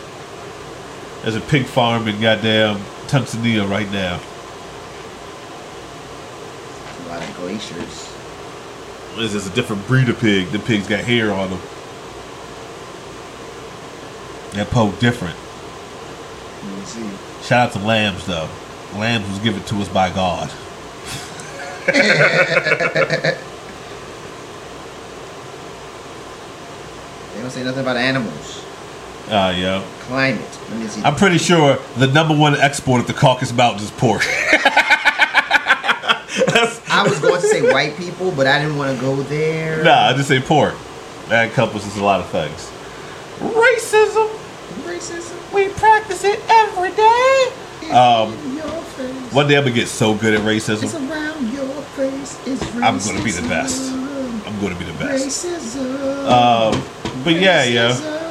There's a pig farm in goddamn Tanzania right now. A lot of glaciers. This is a different breed of pig. The pigs got hair on them. That po different. Let me see. Shout out to Lambs though. Lambs was given to us by God. They don't say nothing about animals. Uh, yeah. Climate. Let me see. I'm pretty sure the number one export of the Caucasus Mountains is pork. I was going to say white people, but I didn't want to go there. nah, I just say pork. That encompasses a lot of things. Racism. Racism. We practice it every day. is Um, in your face. one day I'm gonna get so good at It's racism. around your face. It's racism. I'm gonna be the best. I'm gonna be the best. Racism. Um, but yeah, yeah. Racism.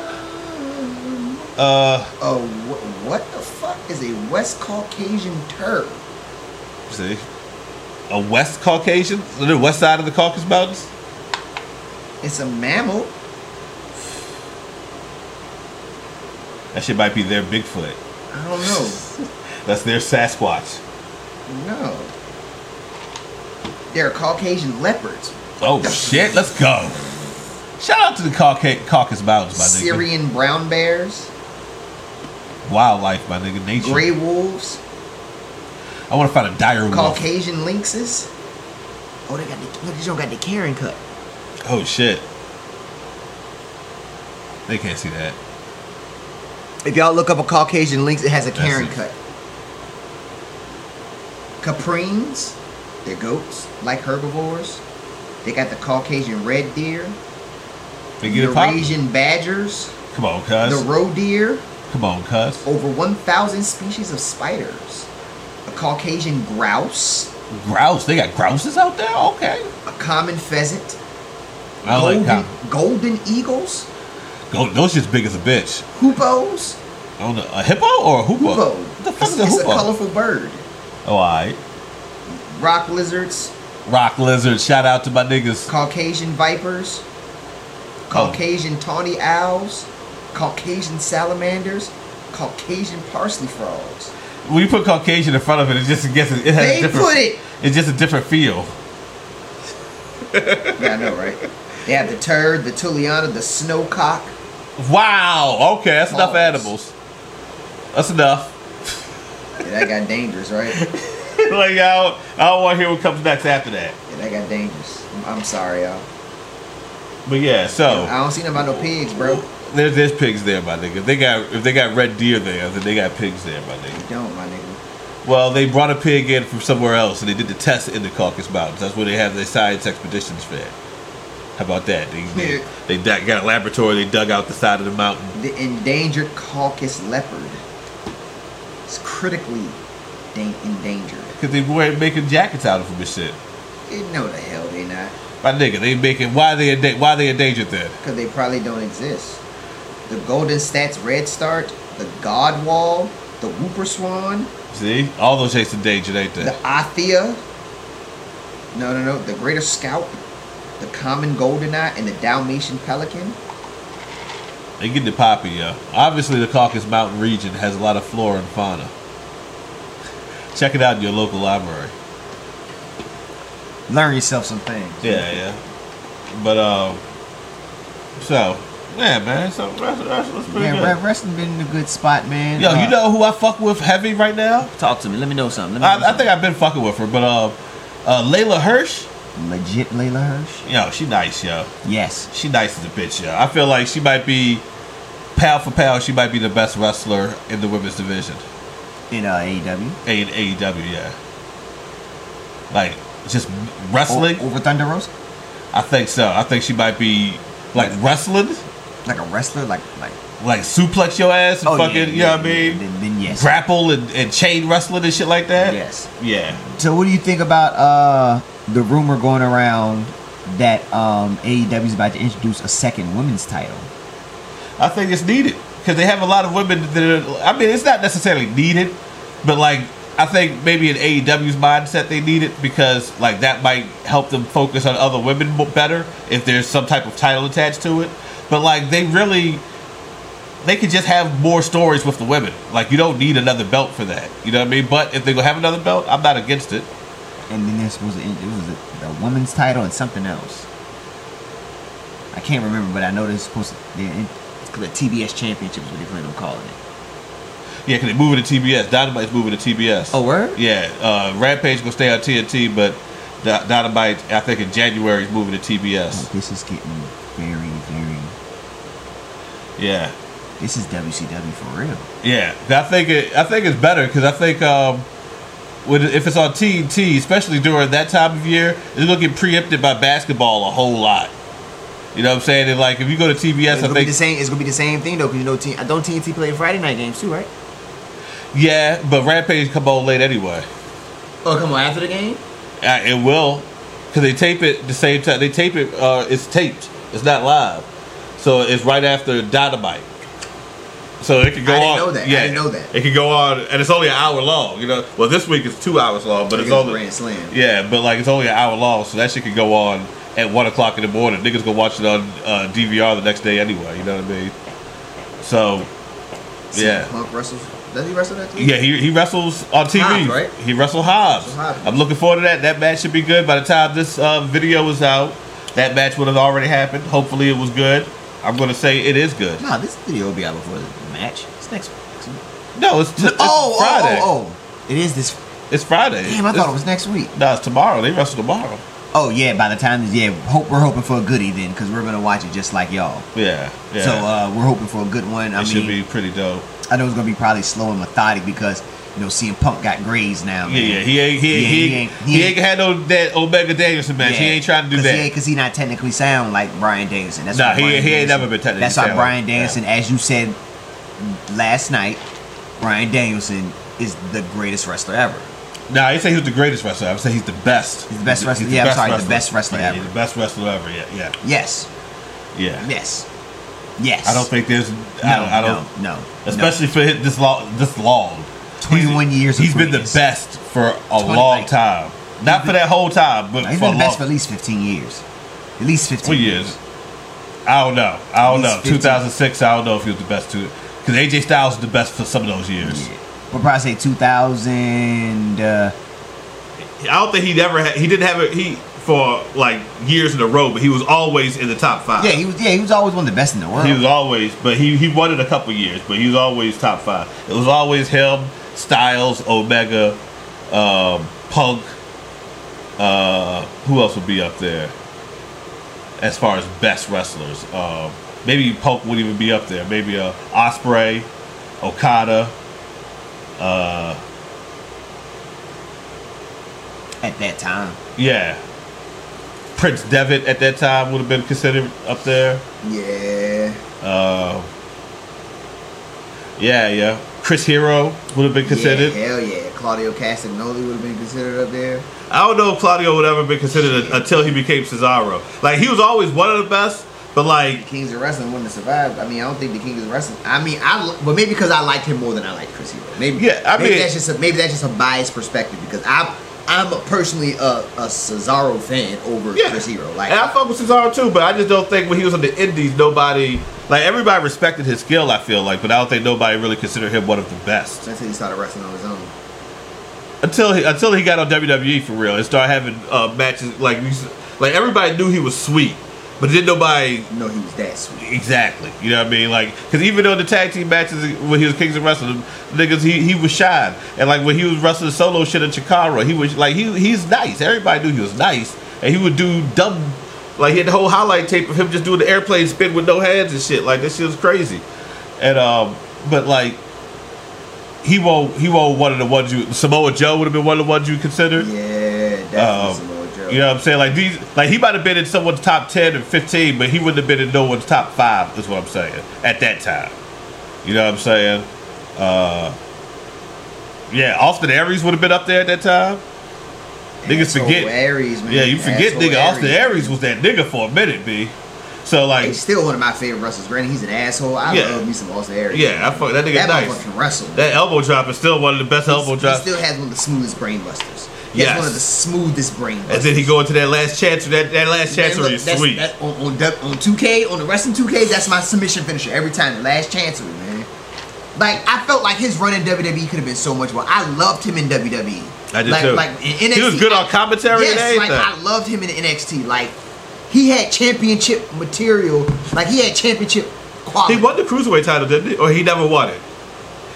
Uh, Oh, wh- what the fuck is a West Caucasian Turk? see, a West Caucasian, the west side of the Caucasus Mountains. It's a mammal. That shit might be their Bigfoot. I don't know. That's their Sasquatch. No. There are Caucasian leopards. Oh shit, let's go. Shout out to the Cauca- Caucasus Mountains, my nigga. Syrian brown bears. Wildlife, my nigga. Nature. Gray wolves. I want to find a dire wolf. Caucasian lynxes. Oh, they got the look. This one got the Karen cut. Oh shit. They can't see that. If y'all look up a Caucasian lynx, it has a That's Karen it. cut. Capreens, they're goats, like herbivores. They got the Caucasian red deer, They get it Eurasian badgers, pop. Come on, the cuz. roe deer, Come on, cuz. over 1,000 species of spiders, a Caucasian grouse, Grouse. They got grouses out there. Okay. a common pheasant, I golden, like how. golden eagles, Go, those shit's big as a bitch. hoopos. I don't know. A hippo or a hoopo? Hoopo. What the fuck is it's, a it's hoopo? colorful bird. oh, alright. Rock lizards, Rock lizard. Shout out to my niggas. Caucasian vipers, Oh. Caucasian tawny owls, Caucasian salamanders, Caucasian parsley frogs. When you put Caucasian in front of it, it just gets it has They a different. put it. It's just a different feel. Yeah, I know, right? They have the turd, the tuliana, the snowcock. Wow. Okay, that's enough Balls. animals. That's enough. Yeah, that got dangerous, right? Yeah, like I don't, I don't want to hear what comes next after that. that got dangerous. I'm, I'm sorry, y'all. But yeah, so I don't see nothing about no pigs, bro. there's there's pigs there, my nigga. If they got if they got red deer there, then they got pigs there, my You nigga. don't, my nigga. Well, they brought a pig in from somewhere else, and they did the test in the Caucasus Mountains. That's where they have their science expeditions fair. How about that? They Yeah. they, they dug- got a laboratory. They dug out the side of the mountain. The endangered Caucasus leopard is critically dan- endangered. Cause they were making jackets out of them and shit. They know the hell they not. My nigga, they making why they enda- why they endangered then? because they probably don't exist. The Golden Stats Red Start, the God Wall, the Whooper Swan, See, all those shits endangered, ain't the they? Athea. No, no, no. The Greater Scalp, the Common Goldeneye, and the Dalmatian Pelican. They getting it poppy, yo. Obviously, the Caucasus Mountain region has a lot of flora and fauna. Check it out in your local library. Learn yourself some things. Yeah, yeah. But um, so yeah, man. So that's, that's, that's pretty Yeah, good. Rev wrestling been in a good spot, man. Yo, Uh, you know who I fuck with heavy right now? Talk to me. Let me know something. I, I think I've been fucking with her, but um, uh, Layla Hirsch. legit Layla Hirsch. Yo, she nice, yo. Yes. She nice as a bitch, yo. I feel like she might be pound for pound. She might be the best wrestler in the women's division. In uh, AEW. A- in AEW, yeah. Like just wrestling. over Thunder Rosa. I think so. I think she might be like wrestling. Like a wrestler, like like like suplex your ass and Oh, yeah, fucking, you yeah, know what I yeah, mean? Then, then yes. Grapple and, and chain wrestling and shit like that? Yes. Yeah. So what do you think about uh the rumor going around that um AEW is about to introduce a second women's title? I think it's needed because they have a lot of women that are, I mean, it's not necessarily needed, but like I think maybe in AEW's mindset they need it because like that might help them focus on other women mo- better if there's some type of title attached to it. But like they really, they could just have more stories with the women. Like you don't need another belt for that. You know what I mean? But if they gonna have another belt, I'm not against it. And then they're supposed to in- it was a, the women's title and something else. I can't remember, but I know they're supposed to. They're in, it's called the TBS Championship is what they plan on calling it. Yeah, because they moving to TBS. Dynamite's moving to TBS. Oh, word? Yeah, uh, Rampage gonna stay on TNT, but Dy- Dynamite, I think in January is moving to TBS. This is getting very, very. Yeah, This is WCW for real. yeah. I think it. I think it's better because I think um, when if it's on TNT, especially during that time of year, it's gonna get preempted by basketball a whole lot. You know what I'm saying? And like if you go to TBS, it's I gonna be think the same. It's gonna be the same thing though, because you know, T- don't TNT play Friday night games too, right? yeah, but Rampage come on late anyway. Oh, come on, after the game. Uh, it will, because they tape it the same time. They tape it. Uh, it's taped. It's not live, so it's right after Dynamite. So it could go I didn't on. know that. I Yeah, didn't know that. It could go on, and it's only an hour long. You know, well, this week it's two hours long, but it's Against only Grand Slam. yeah, but like it's only an hour long, so that shit could go on at one o'clock in the morning. Niggas gonna watch it on uh, DVR the next day anyway. You know what I mean? So yeah. Punk wrestles. Does he wrestle that? Yeah, he, he wrestles on TV. Hobbs, right? He wrestled Hobbs. Wrestled Hobbs. I'm looking forward to that. That match should be good. By the time this uh, video is out, that match would have already happened. Hopefully, it was good. I'm going to say it is good. No, this video will be out before the match. It's next. next week. No, it's, it's Oh, Friday. oh, oh, oh! It is this. It's Friday. Damn, I It's- thought it was next week. No, it's tomorrow. They wrestle tomorrow. Oh yeah, by the time this, yeah, hope we're hoping for a goodie then, because we're gonna watch it just like y'all. Yeah, yeah. So uh, we're hoping for a good one. it I should be mean, pretty dope. I know it's gonna be probably slow and methodic because you know CM Punk got grays now. Yeah, Man. yeah. He ain't he, Yeah, he, he ain't ain't- he, he ain't had no that Omega Danielson match. He ain't trying to do Cause that. He ain't, Cause he not technically sound like Brian Danielson. That's Nah, why he- Bryan he ain't Danielson- never been technically That's why sound Brian like- Danielson, as you said last night, Brian Danielson is the greatest wrestler ever. Nah, I say he's the greatest wrestler. I would say he's the best. He's the best wrestler- yeah, I'm sorry, the best wrestler Yeah, ever. he's the best wrestler ever. Yeah, yeah, Yes, yeah. yes, yes. I don't think there's. No, I don't. I don't no, no. especially for his- this long. This long. 21 He's- years of He's been the greatness. best for a 20 long time. Not for that whole time, but no. he's for a long. been the best for at least 15 years. At least 15 What years? I don't know. I don't He's know. 15. 2006. I don't know if he was the best too, because AJ Styles was the best for some of those years. Yeah. We'll probably say 2000. Uh, I don't think he'd ever. Had, he didn't have it. He for like years in a row, but he was always in the top five. yeah, he was. Yeah, he was always one of the best in the world. He was always, but he he won it a couple years, but he was always top five. It was always him, Styles, Omega, um, Punk. Uh, who else would be up there? As far as best wrestlers, um, maybe Punk would even be up there. Maybe uh, Osprey, Okada. Uh, at that time. yeah, Prince Devitt at that time would have been considered up there. Yeah. Uh, yeah, yeah. Chris Hero would have been considered. hell yeah. Claudio Castagnoli would have been considered up there. I don't know if Claudio would ever been considered a, until he became Cesaro. Like he was always one of the best, but like Kings of Wrestling wouldn't have survived. I mean, I don't think the Kings of Wrestling. I mean, I li- but maybe because I liked him more than I liked Chris Hero. Maybe Yeah, I maybe mean- that's just a, maybe that's just a biased perspective because I I'm a personally a, a Cesaro fan over yeah, Chris Hero. Like and I fuck with Cesaro too, but I just don't think when he was on the Indies, nobody like everybody respected his skill. I feel like, but I don't think nobody really considered him one of the best until he started wrestling on his own. until he until he got on WWE for real and started having uh, matches like we s- like everybody knew he was sweet, but didn't nobody No, he was that sweet. Exactly. You know what I mean? Like, because even though the tag team matches when he was Kings of Wrestling, niggas, he, he was shine. And like when he was wrestling solo shit in Chikara, he was like, he he's nice. Everybody knew he was nice. And he would do dumb, like he had the whole highlight tape of him just doing the airplane spin with no hands and shit. Like, this shit was crazy. And, um, but like, he won't, he won't one of the ones you, Samoa Joe would have been one of the ones you considered. Yeah, Um, you know what I'm saying? Like these, like he might have been in someone's top ten or fifteen, but he wouldn't have been in no one's top five. Is what I'm saying at that time. You know what I'm saying? Uh, yeah, Austin Aries would have been up there at that time. Niggas Asshole forget. Aries, man. Yeah, you forget, Asshole nigga. Austin Aries. Aries was that nigga for a minute, b. So like, He's still one of my favorite wrestlers. Granted, he's an asshole. I Yeah. love me some Austin Aries. yeah, I fuck that nigga that nice. motherfucker can wrestle. That elbow drop is still one of the best elbow he drops. still has one of the smoothest brain busters. He has Yes. one of the smoothest brain busters. and then he go into that last chance. That that last Man, chancery look, is that's- sweet. that- on, on, dub- on 2K, on the wrestling 2K, that's my submission finisher every time. The last chancery, man. Like I felt like his run in WWE could have been so much more. I loved him in WWE. I did like, too. Like in NXT, he was good on commentary and yes, everything. like I loved him in NXT. Like he had championship material. Like he had championship quality. he won the cruiserweight title, didn't he? Or he never won it.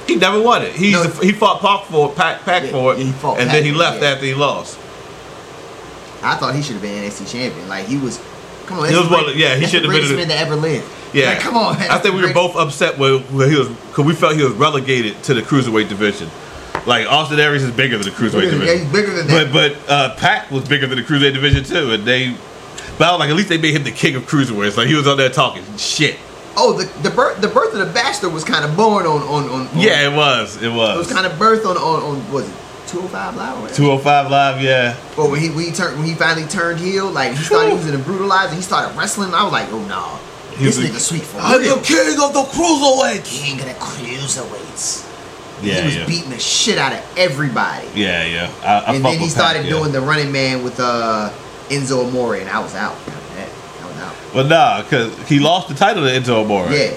He never won it. He No. he fought Pac for it, Pac, Pac Yeah, for it, yeah, he fought and Pac, then he left yeah. after he lost. I thought he should have been NXT champion. Like he was. Come on, He that's was the one great- of- yeah, he that's the should have been greatest in the- man that ever lived. Yeah, Like, come on. I that's think we the were greatest- both upset when, when he was because we felt he was relegated to the cruiserweight division. Like Austin Aries is bigger than the cruiserweight Yeah, he's division, bigger than that. but but uh, Pac was bigger than the cruiserweight division too, and they. But I was like, at least they made him the king of cruiserweights. Like he was out there talking shit. Oh, the the birth the birth of the bachelor was kind of born on on on. on- Yeah, it was. It it was was. kind of birth on on on was it two hundred five live? or whatever? Two hundred five live. Yeah. But when he when he turned when he finally turned heel, like he started using the brutalizer, he started wrestling. I was like, oh no, He this was a- nigga sweet for I'm real. the king of the cruiserweights. King of the cruiserweights. Yeah, he was yeah. beating the shit out of everybody. yeah, yeah. I, I and fuck then he with started Pac, yeah. doing the running man with uh Enzo Amore, and I was out. After that, I was out. Well, nah, because he lost the title to Enzo Amore. Yeah,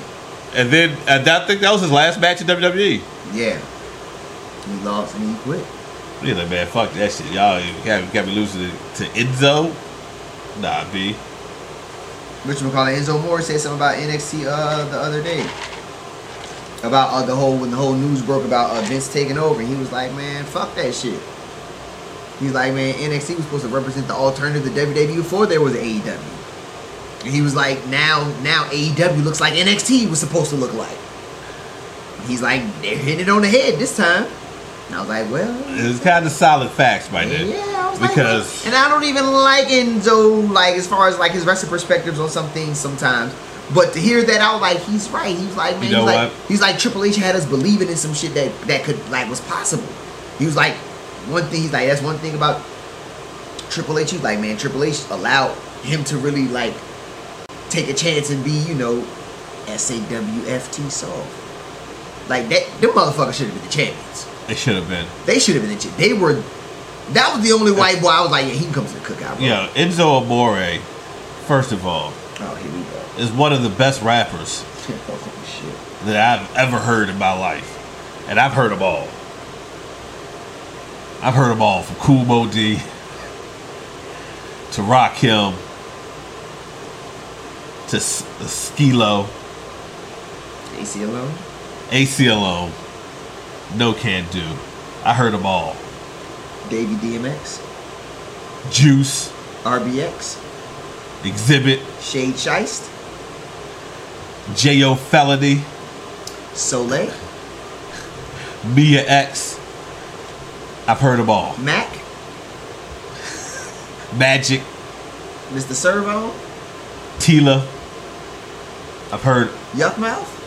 And then and that, I think that was his last match in E. WWE. yeah. He lost and he quit. He's like, man, fuck that shit. Y'all you got, you got me losing to, to Enzo. Nah, B. Richard McCauley, Enzo Moore said something about NXT uh, the other day. About uh, the whole when the whole news broke about uh, Vince taking over, he was like, "Man, fuck that shit." He's like, "Man, NXT was supposed to represent the alternative to WWE before there was AEW." And he was like, "Now, now AEW looks like NXT was supposed to look like." He's like, "They're hitting it on the head this time." And I was like, "Well, It's kind of solid facts right there. yeah, I was because like, and I don't even like Enzo, like as far as like his wrestling perspectives on some things sometimes. But to hear that, I was like, he's right. He's like, man, know he's like, what? he's like Triple H had us believing in some shit that that could like was possible. He was like, one thing. He's like, that's one thing about Triple H. He's like, man, Triple H allowed him to really like take a chance and be, you know, SAWFT soft. Like that, them motherfuckers should have been the champions. it should have been. They should have been in it. They were. That was the only white boy I was like, yeah, he comes to the cookout. Bro. Yeah, Enzo Amore, first of all, Oh, here we go. is one of the best rappers oh, shit. that I've ever heard in my life. And I've heard them all. I've heard them all from Cool Mo D to Rock Him to S- Skilo, AC alone. AC Alone, No Can Do. I heard them all. Davey DMX. Juice, RBX. Exhibit, Shade Shiest. J.O. Felony, Soleil. Mia X. I've heard them all. Mac. Magic, Mr. Servo. Tila. I've heard Yuck Mouth.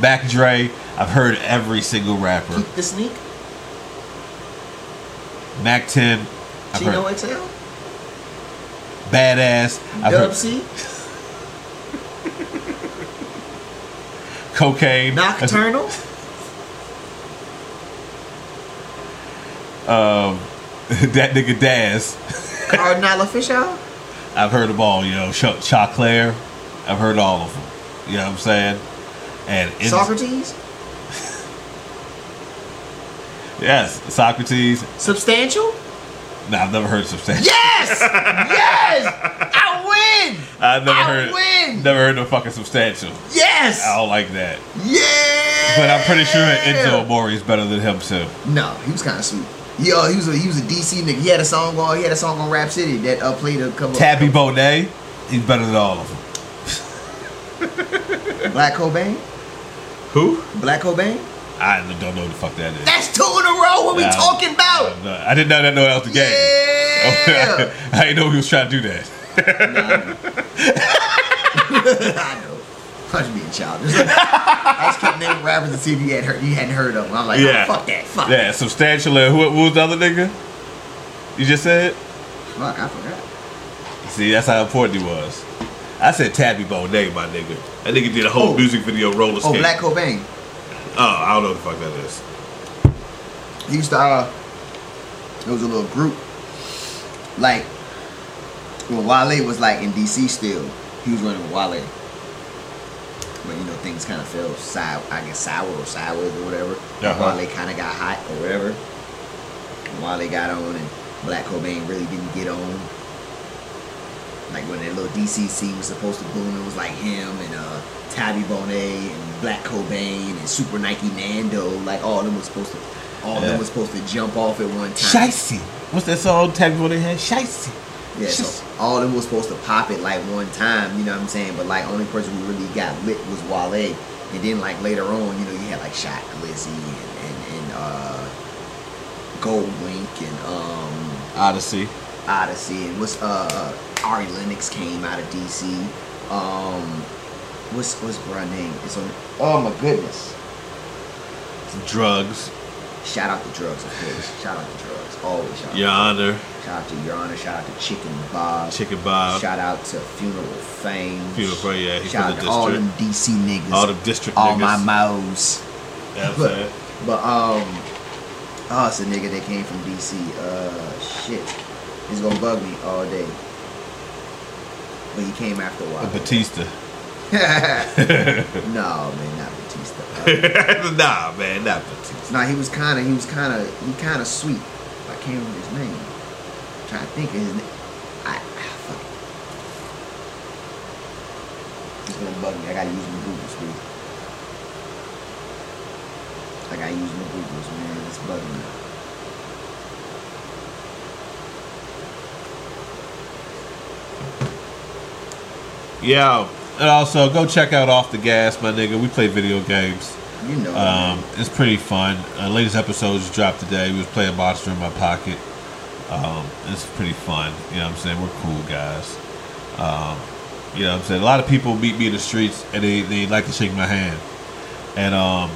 Back Dre. I've heard every single rapper. Keep the Sneak. Mac 10. I've Chino heard XL. Badass. I've Dub heard C. Cocaine. Nocturnal. Um, that nigga Daz. Cardinal Official. I've heard them all, yo. Ch- Choclair. I've heard all of them. You know what I'm saying? And in- Socrates. Yes, Socrates. Substantial. No, I've never heard substantial. Yes! yes! I win! I've never I heard. win! Never heard no fucking substantial. Yes! I don't like that. Yeah! But I'm pretty sure Enzo Amore is better than him too. No, he was kind of sweet. Yo, he was a he was a DC nigga. He had a song on he had a song on Rap City that uh, played a couple Tabby Bonet, he's better than all of them. Black Cobain. Who? Black Cobain. I don't know who the fuck that is. That's two in a row. What we Nah, talking I about? don't know. I didn't know that. No, that was the game. Yeah. I didn't know he was trying to do that. Nah, I know. I know. Punch me in childish. I just kept naming rappers and see if you had heard you hadn't heard of them. I'm like, Yeah. oh, fuck that, fuck, Yeah, substantial. and Who, who was the other nigga? You just said. fuck, I forgot. See, that's how important he was. I said Tabby Bonet, my nigga. That nigga did a whole Oh. music video roller Oh, skate. Black Cobain. Oh, I don't know what the fuck that is. He used to uh it was a little group. Like when Wale was like in DC still, he was running with Wale. But you know, things kinda fell side I guess sour or sideways or whatever. Uh-huh. Wale kinda got hot or whatever. And Wale got on and Black Cobain really didn't get on. Like when that little DCC was supposed to boom, it was like him and uh Tabby Bonet and Black Cobain and Super Nike Nando, like all of them was supposed to all of Yeah. them was supposed to jump off at one time. Shicey. What's that song Tabby Bonet had? Shicey. Yeah, so all of them was supposed to pop it like one time, you know what I'm saying? But like only person who really got lit was Wale. And then like later on, you know, you had like Shot Glizzy and, and, and uh Gold Link and um Odyssey. Odyssey and what's uh Ari Lennox came out of DC. Um what's what's her name? It's on Oh my goodness. Drugs. Shout out to drugs, of course. Shout out to drugs. Always shout out. Your Honor. Shout out to Your Honor. Shout out to Chicken Bob. Chicken Bob. Shout out to Funeral Fame. Funeral Fame, yeah, he's Shout from out the to all them district. DC niggas. All them district All niggas. my mouths. You know what I'm But, saying? but, um, oh, it's a nigga that came from DC. Uh, shit. He's gonna bug me all day. But he came after a while. Batista. no, man, not Batista. Uh, nah, man, not Batista. Nah, he was kind of, he was kind of, he kind of sweet. I can't remember his name. I'm trying to think of his name. I, ah, fuck it. It's gonna bug me. I gotta use my Googles, dude. I gotta use my Googles, man. It's bugging me. Yeah. And also, go check out Off the Gas, my nigga. We play video games. You know. Um, it's pretty fun. Uh, latest episode just dropped today. We was playing Monster in My Pocket. Um, it's pretty fun. You know what I'm saying? We're cool guys. Um, you know what I'm saying? A lot of people meet me in the streets and they, they like to shake my hand. And um,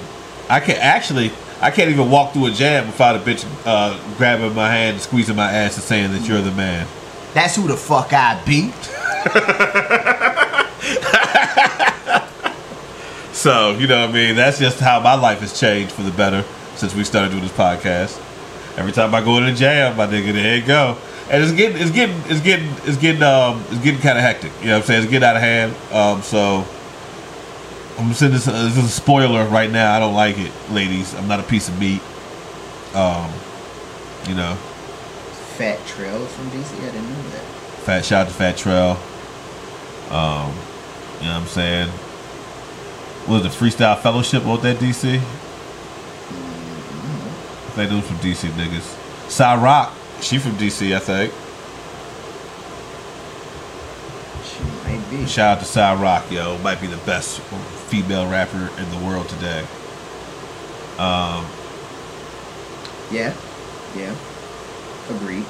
I can actually, I can't even walk through a jam without a bitch uh, grabbing my hand and squeezing my ass and saying that you're the man. That's who the fuck I be. So, you know what I mean? That's just how my life has changed for the better since we started doing this podcast. Every time I go to the jam, my nigga, there it go. And it's getting it's getting it's getting it's getting um it's getting kinda hectic. You know what I'm saying? It's getting out of hand. Um so I'm saying this, uh, this is a spoiler right now. I don't like it, ladies. I'm not a piece of meat. Um, you know, Fat Trail is from DC. I didn't know that. fat shout out to Fat Trail. Um, you know what I'm saying? What is it, Freestyle Fellowship? What that DC? Mm-hmm. They do some DC niggas. Cy Rock, she from DC, I think. She might be. Shout out to Cy Rock, yo. Might be the best female rapper in the world today. Um, Yeah. Yeah. Agreed.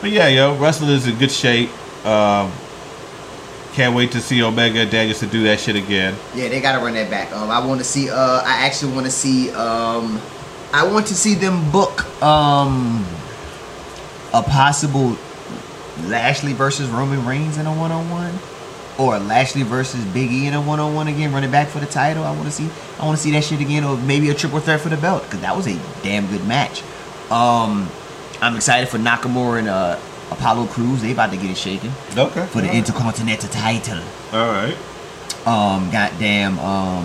but yeah, yo, wrestling is in good shape. Um, can't wait to see Omega and Danielson do that shit again. Yeah, they gotta run that back. Um, I want to see. Uh, I actually want to see. Um, I want to see them book um a possible Lashley versus Roman Reigns in a one on one, or Lashley versus Big E in a one on one again, running back for the title. I want to see. I want to see that shit again, or maybe a triple threat for the belt because that was a damn good match. Um, I'm excited for Nakamura and uh, Apollo Crews. They about to get it shaken Okay. for the Intercontinental title All right. um goddamn um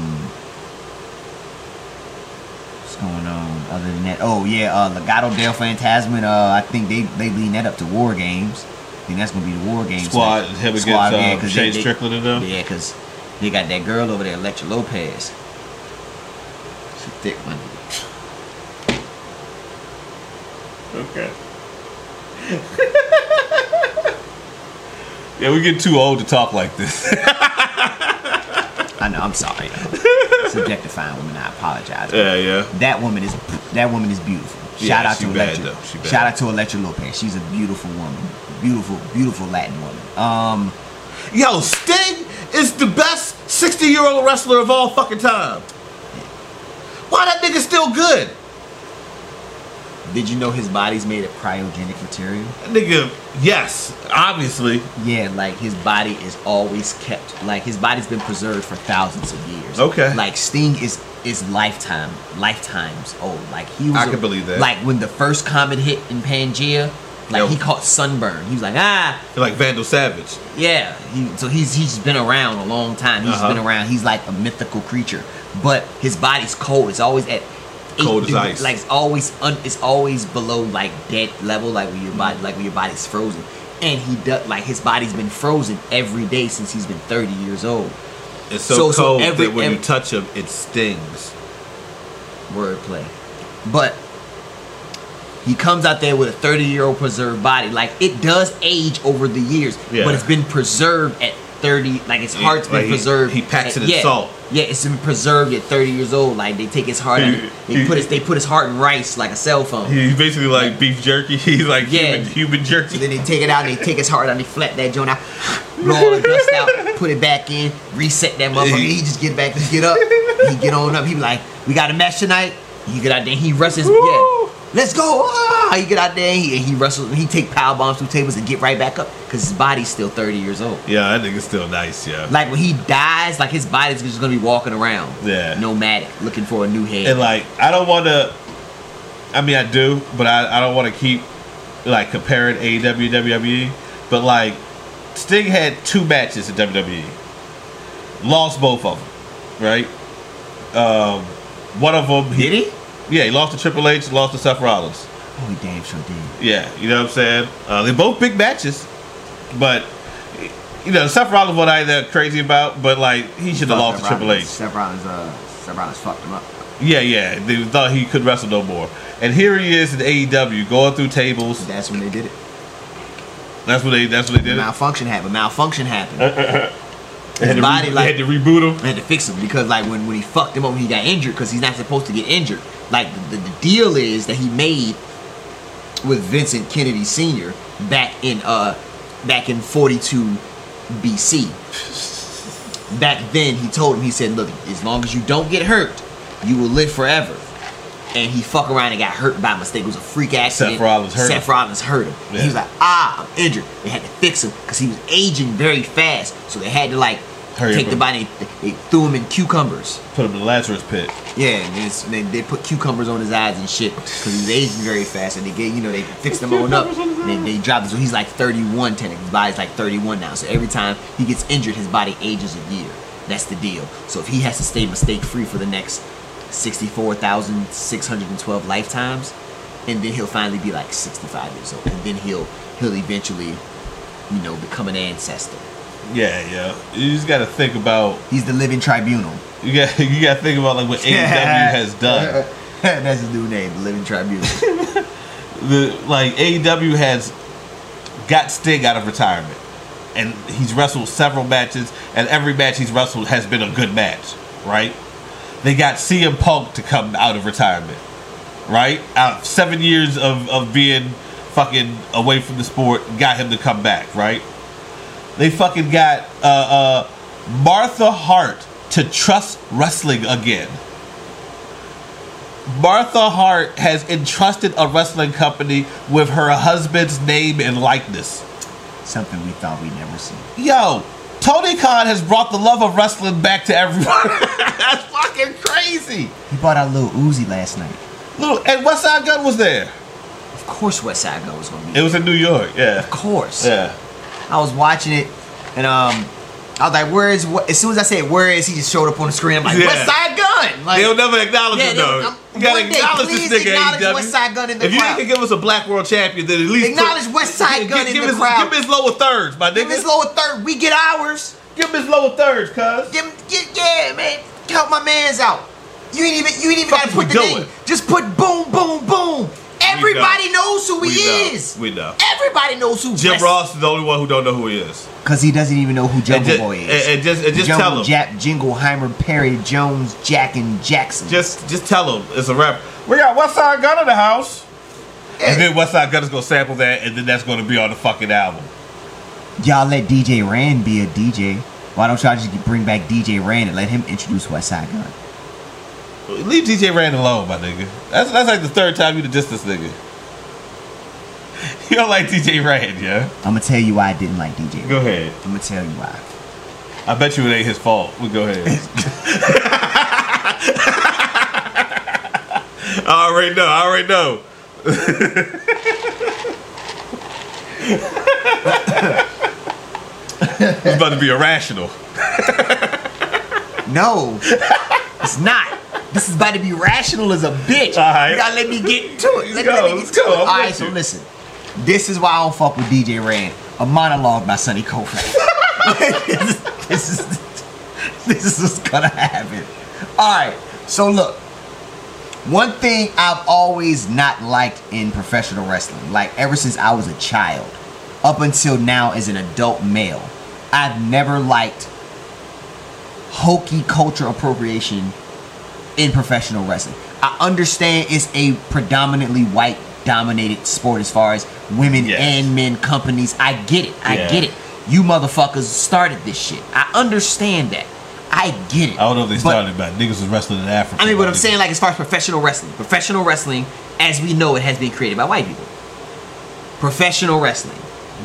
what's going on other than that oh yeah uh legado del fantasma uh i think they they leading that up to war games i think that's gonna be the war games Squad, him against Squad, yeah, um, 'cause Shane they- they- Strickland and them. yeah because they got that girl over there electra lopez she thick one Okay. yeah, we get too old to talk like this. i know i'm sorry subjectifying women i apologize yeah, yeah. That woman is that woman is beautiful. Yeah, Shout out she to bad, Electra. though. She bad. Shout out to Electra Lopez. She's a beautiful woman. Beautiful, beautiful Latin woman. Um Yo, Sting is the best 60 year old wrestler of all fucking time. Why that nigga still good? Did you know his body's made of cryogenic material? That nigga, yes, obviously. Yeah, like his body is always kept. Like his body's been preserved for thousands of years. Okay. Like Sting is is lifetime lifetimes old. Like he was. I a- can believe that. Like when the first comet hit in Pangea, like Yo. he caught sunburn. He was like, ah, Like Vandal Savage. yeah. He, so he's he's been around a long time. He's Uh-huh. been around. He's like a mythical creature, but his body's cold. It's always at eight Cold as degrees- ice. Like it's always un, it's always below like dead level, like when your body like when your body's frozen. And he does like his body's been frozen every day since he's been thirty years old. It's so, So- so cold every- that when you every- touch him, it stings. wordplay. But he comes out there with a 30 year old preserved body. Like it does age over the years, Yeah. but it's been preserved at 30. Like his Yeah, heart's like been he- preserved. he packs at- it in yeah, salt. Yeah, it's been preserved at 30 years old. Like they take his heart, out, they put his they put his heart in rice like a cell phone. He's basically like beef jerky. He's like Yeah. human, human jerky. So then they take it out and they take his heart out and they flat that joint out, blow all the dust out, put it back in, reset that motherfucker. He just get back, he get up, he get on up. He be like, we got a match tonight. He get out there, he wrestles. Woo! Yeah, let's go. Ah! He get out there, he, he wrestles, he take power bombs through tables and get right back up because his body's still 30 years old. Yeah, that nigga's still nice, yeah. Like when he dies, like his body's just gonna be walking around, Yeah. nomadic, looking for a new head. And like, I don't want to. I mean, I do, but I, I don't want to keep like comparing AEW WWE. E. But like, Sting had two matches at WWE, E. lost both of them, right? Um, one of them, Did he? yeah, he lost to Triple H, lost to Seth Rollins. Oh, he damn sure did. Yeah, you know what I'm saying. Uh, they're both big matches, but you know Seth Rollins what I ain't that crazy about, but like he should have lost to Seth Triple Rollins- H. Seth Rollins, uh, Seth Rollins fucked him up. Yeah, yeah. They thought he could wrestle no more. And here he is in AEW going through tables. That's when they did it. That's what they that's what they did. malfunction happened. Malfunction happened. They had, to His body re- like they had to reboot him. I had to fix him because like when, when he fucked him up, he got injured because he's not supposed to get injured. Like the, the, the deal is that he made with Vincent Kennedy Sr. back in uh back in 42 BC. Back then, he told him he said, "Look, as long as you don't get hurt, you will live forever." And he fuck around and got hurt by mistake. It was a freak accident. Rollins hurt him. Seth Rollins hurt him. And Yeah. He was like, "Ah, I'm injured." They had to fix him because he was aging very fast, so they had to like Hurry take up. the body. They threw him in cucumbers. Put him in the Lazarus pit. Yeah, and it's, they, they put cucumbers on his eyes and shit because he's aging very fast, and they get you know they fix them on up. They, they drop him, so he's like 31 technically. His body's like 31 now, so every time he gets injured, his body ages a year. That's the deal. So if he has to stay mistake free for the next 64,612 lifetimes, and then he'll finally be like 65 years old, and then he'll he'll eventually, you know, become an ancestor. Yeah, yeah. You just gotta think about He's the living tribunal. you got you gotta think about like what AEW has done. That's his new name, the Living Tribunal. The like AEW has got Sting out of retirement. And he's wrestled several matches, and every match he's wrestled has been a good match, right? They got CM Punk to come out of retirement. right? Out of seven years of, of being fucking away from the sport, got him to come back, right? They fucking got uh, uh, Martha Hart to trust wrestling again. Martha Hart has entrusted a wrestling company with her husband's name and likeness. Something we thought we'd never see. Yo, Tony Khan has brought the love of wrestling back to everyone. That's fucking crazy. He bought out Lil Uzi last night. Look, and Westside Gun was there. Of course, West Side Gun was gonna be. It was in New York, yeah. of course. Yeah. I was watching it, and um, I was like, "Where is?" What? As soon as I said "Where is," he just showed up on the screen. I'm like, Yeah. "West Side Gun!" Like, They'll never acknowledge Yeah, it they- though. I'm- You gotta one day, acknowledge this please nigga acknowledge AEW. West Side Gun in the if you crowd. can give us a black world champion, then at least Acknowledge West Side Gun in give the his, crowd. Give him his lower thirds, my give nigga. this lower third. We get ours. Give him his lower thirds, cuz. Give, get, yeah, man. Help my man's out. You ain't even. You ain't even Fuck gotta we put the doing? name. Just put boom, boom, boom. Everybody knows who he We know. is. We know. Everybody knows who Jim West- Ross is the only one who don't know who he is. Cause he doesn't even know who And Jungle just, Boy is. and- and just, and just tell Jungle him. Jap, Jingleheimer, Perry, Jones, Jack, and Jackson. Just just tell him it's a rapper. We got West Side Gun in the house. And then West Side Gun is gonna sample that, and then that's gonna be on the fucking album. Y'all let DJ Rand be a DJ. Why don't y'all just bring back DJ Rand and let him introduce West Side Gun? Leave DJ Rand alone, my nigga. That's that's like the third time you done dissed this nigga. You don't like DJ Rand, yeah? I'm gonna tell you why I didn't like DJ. Rand. Go ahead. I'm gonna tell you why. I bet you it ain't his fault. We go ahead. I already know. I already know. it's about to be irrational. No, it's not. This is about to be rational as a bitch. All right. You gotta let me get to it. Let, Let's go, let me get let's to go. it. I'm All right, with so you. listen. This is why I don't fuck with DJ Rand. A monologue by Sonny Colfax. this is this is what's gonna happen. All right. So look, one thing I've always not liked in professional wrestling, like ever since I was a child, up until now as an adult male, I've never liked hokey culture appropriation in professional wrestling. I understand it's a predominantly white dominated sport as far as women Yes. and men companies. I get it. I Yeah. get it. You motherfuckers started this shit. I understand that. I get it. I don't know if they But- started back. Niggas was wrestling in Africa. I mean, what I'm Niggas- saying, like, as far as professional wrestling, professional wrestling, as we know it, has been created by white people. Professional wrestling.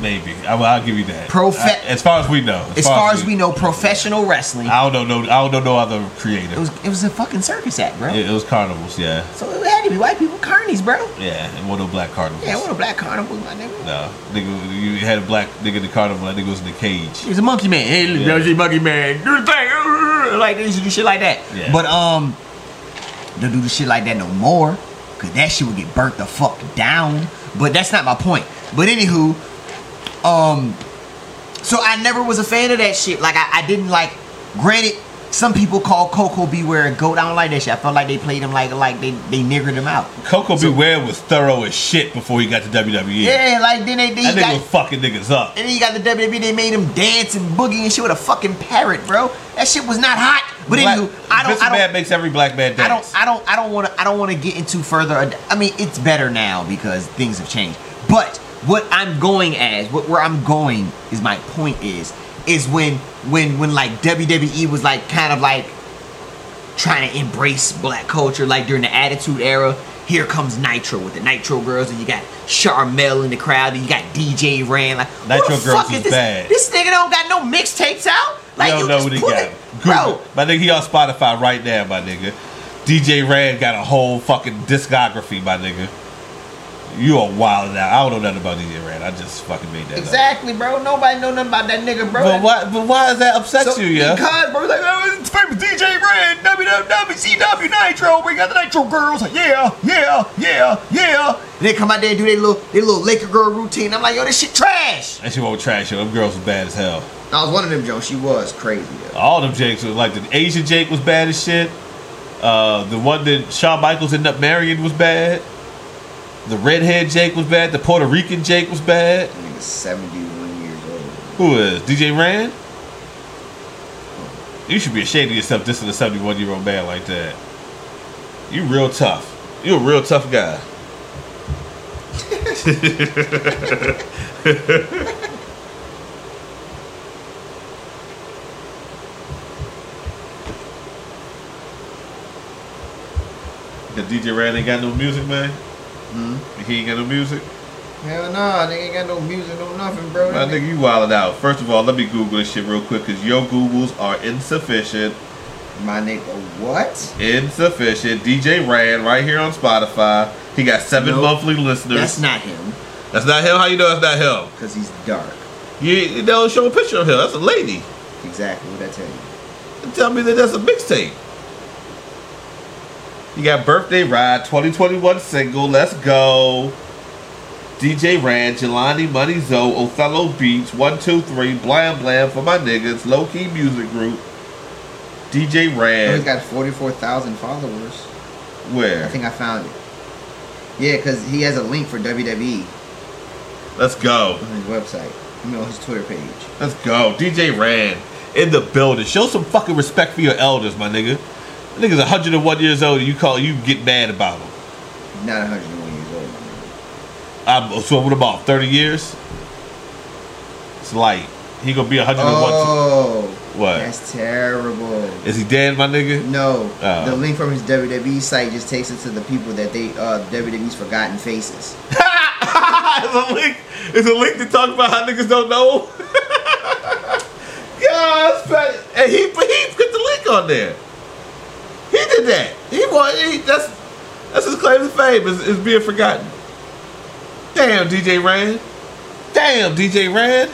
Maybe. I, will I'll give you that. Profe- I- as far as we know. As far as we know, professional wrestling. I don't know. No, I don't know no other creative. It was it was a fucking circus act, bro. it, it was carnivals. Yeah, So it had to be white people, carnies, bro. yeah. And one of those black carnivals. Yeah, what a black carnival, my nigga. No, nigga, you had a black nigga in the carnival. That nigga was in the cage. He was a monkey man. Hey, look, Yeah. that was your monkey man. Do the thing. Like they used to do shit like that. Yeah. But um, don't do the shit like that no more, cause that shit would get burnt the fuck down. But that's not my point. But anywho, um, so I never was a fan of that shit. Like I, I didn't like. Granted, some people call Coco Beware and Goat. I don't like that shit. I felt like they played him like like they they niggered him out. Coco Beware was thorough as shit before he got to WWE. Yeah, like then they, they that he nigga got, was fucking niggas up. And then you got the WWE, they made him dance and boogie and shit with a fucking parrot, bro. That shit was not hot. But Black- anywho, I don't, Vince I McMahon don't, makes every black man I dance. don't, I don't, I don't want to, I don't want to get into further. ad- I mean, it's better now because things have changed. But what I'm going as, what where I'm going is my point is, is when, when, when like WWE was like kind of like trying to embrace black culture, like during the Attitude Era. Here comes Nitro with the Nitro Girls, and you got Charmel in the crowd, and you got DJ Rand. Like, who Nitro the Girls fuck is is this? bad. This nigga don't got no mixtapes out. Like, you don't you know just what he put got. it- Google. bro. My nigga, he on Spotify right now, my nigga. DJ Rand got a whole fucking discography, my nigga. You are wild now. I don't know nothing about DJ Rand. I just fucking made that up. Exactly, bro. Nobody know nothing about that nigga, bro. But why, but why does that upset So, you, yeah? Because, bro, like, oh, it's famous DJ Rand, WWCW Nitro. We got the Nitro Girls. Yeah, yeah, yeah, yeah. And they come out there and do their little, their little Laker girl routine. I'm like, yo, this shit trash. And she won't trash you. Them girls was bad as hell. I was one of them, Joe. She was crazy, yo. All them Jakes was like the Asian Jake was bad as shit. Uh, the one that Shawn Michaels ended up marrying was bad. The redhead Jake was bad. The Puerto Rican Jake was bad. That nigga's 71 years old. Who is DJ Rand? You should be ashamed of yourself. This is a 71 year old man like that. You real tough. You a real tough guy. The DJ Rand ain't got no music, man. He ain't got no music. Hell nah, nigga ain't got no music, no nothing, bro. My nigga, you wildin' out. First of all, let me Google this shit real quick because your Googles are insufficient. My nigga, what? Insufficient. DJ Rand right here on Spotify. He got seven Nope. monthly listeners. That's not him, That's not him. How you know that's not him? because he's dark. You, you don't show a picture of him. That's a lady. Exactly what I tell you. Tell me that that's a mixtape. You got Birthday Ride, 2021 single, Let's Go. DJ Rand, Jelani Money Zoe, Othello Beats, 123, Blam Blam for my niggas, Low Key Music Group. DJ Rand, got 44,000 followers. I where? think I found it. Yeah, because he has a link for WWE Let's go. on his website. You know, his Twitter page. Let's go. DJ Rand in the building. Show some fucking respect for your elders, my nigga. That nigga's 101 years old and you call you get mad about him. He's not 101 years old. my nigga. I'm so what about 30 years? It's light. He gonna be 101. Oh, What? That's terrible. Is he dead, my nigga? No, Oh. the link from his WWE site just takes it to the people that they uh, WWE's forgotten faces. it's a link. It's a link to talk about how niggas don't know. yeah, it's bad. And he he put the link on there. He did that. He want he, that's that's his claim to fame is, is being forgotten. Damn, DJ Rand. Damn, DJ Rand.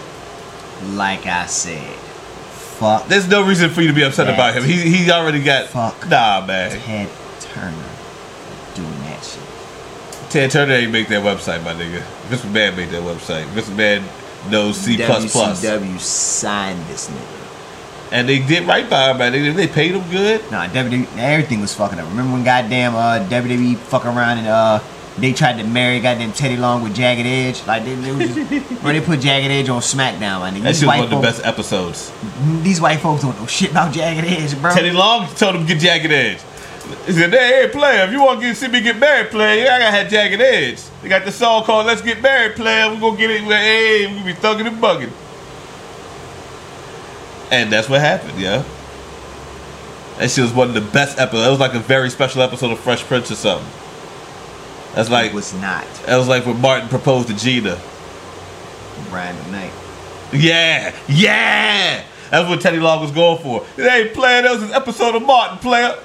Like I said, fuck There's no reason for you to be upset about him. He he already got Fuck. Nah, man. Ted Turner doing that shit. Ted Turner ain't make that website, my nigga. Vince McMahon made that website. Vince McMahon knows C plus plus, WCW signed this nigga. and they did right by him, man. They, they paid him good. Nah, WWE, everything was fucking up. Remember when goddamn uh, WWE fuck around and uh, they tried to marry goddamn Teddy Long with Jagged Edge? Like, they, they was just, bro, they put Jagged Edge on SmackDown, my That nigga. These shit was white one of the folks- best episodes. These white folks don't know shit about Jagged Edge, bro. Teddy Long told him to get Jagged Edge. He said, "Hey, hey, player, if you want to get, see me get married, player, I gotta have Jagged Edge. They got this song called Let's Get Married, player. We're gonna get it. Hey, we're gonna be thugging and bugging." And that's what happened, yeah. That shit was one of the best episodes. That was like a very special episode of Fresh Prince or something. That's like it was not that was like when Martin proposed to Gina. Brian McKnight. Yeah, yeah. That's what Teddy Long was going for. It ain't player. That was an episode of Martin player.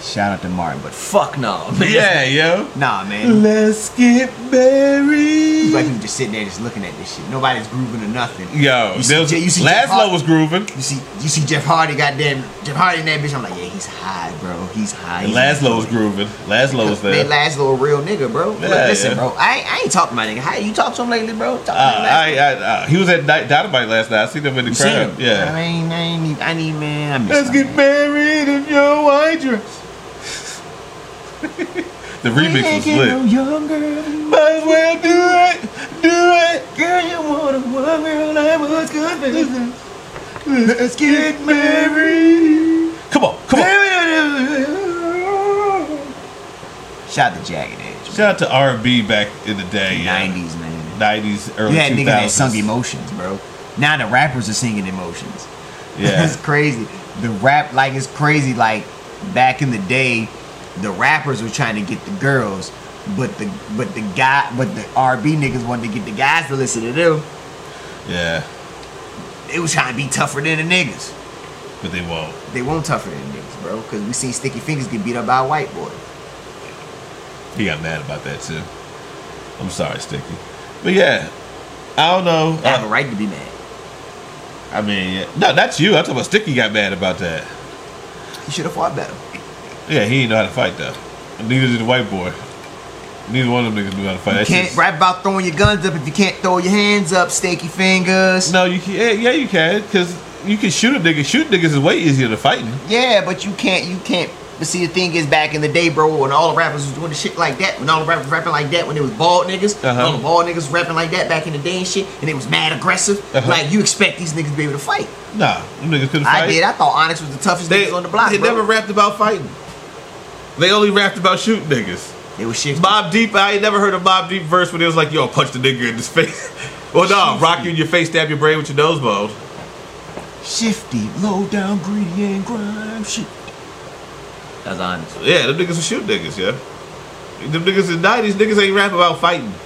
Shout out to Martin, but fuck no. man. Yeah, yo. Nah, man. Let's get It's like married. you just sitting there just looking at this shit. Nobody's grooving or nothing. Yo, You see there was, J- you see Jeff Laszlo Hart- was grooving. You see, you see Jeff Hardy, goddamn Jeff Hardy in that bitch. I'm like, yeah, he's high, bro. He's high. And Laszlo was grooving. Laszlo was Man, there. Laszlo a real nigga, bro. Look, Yeah, listen, yeah. bro. I, I ain't talking to my nigga. How you talk to him lately, bro? Talk to Uh, me, I, I, Laszlo. uh, he was at Di- Dynamite last night. I seen him in the You see him? crowd. Yeah. I ain't, I ain't, even- I need man. I miss Let's my get man. married in your white dress. the remix was Ain't getting lit. No younger. Might as well do it, do it. Girl, you want a one girl I was good Let's get married. Come on, come on. Shout out to Jagged Edge. Shout out to R and B back in the day, yeah. 90s, man. nineties, early You had two niggas that sung thousands. emotions, bro. Now the rappers are singing emotions. Yeah, It's crazy. The rap, like, it's crazy. Like, back in the day, the rappers were trying to get the girls, but the but the guy, but the RB niggas wanted to get the guys to listen to them. yeah, They was trying to be tougher than the niggas. but they won't. They won't tougher than the niggas, bro, because we seen Sticky Fingers get beat up by a white boy. He got mad about that too. I'm sorry, Sticky, but yeah, I don't know. I have a I, right to be mad. I mean, yeah. no, that's you. I'm talking about Sticky got mad about that. He should have fought better. Yeah, he didn't know how to fight though. Neither did the white boy. Neither one of them niggas knew how to fight. You That can't shit's- rap about throwing your guns up if you can't throw your hands up, stinky fingers. No, you can. Yeah, yeah, you can, cause you can shoot a nigga. Shoot niggas is way easier than fighting. Yeah, but you can't. You can't. But see, the thing is, back in the day, bro, when all the rappers was doing the shit like that, when all the rappers rapping like that, when it was bald niggas, Uh-huh. all the bald niggas rapping like that back in the day and shit, and it was mad aggressive. Uh-huh. Like you expect these niggas to be able to fight. Nah, them niggas couldn't fight. I did. I thought Onyx was the toughest niggas on the block. They bro. never rapped about fighting. They only rapped about shooting niggas. They was shit. Bob Deep, I ain't never heard a Bob Deep verse when it was like, yo, punch the nigga in his face. well, nah, rock you in your face, stab your brain with your nose bone. Shifty, low down, greedy, and grime shit. That's Onyx. Yeah, them niggas was shoot niggas, yeah. Them niggas in the 90s, niggas ain't rap about fighting.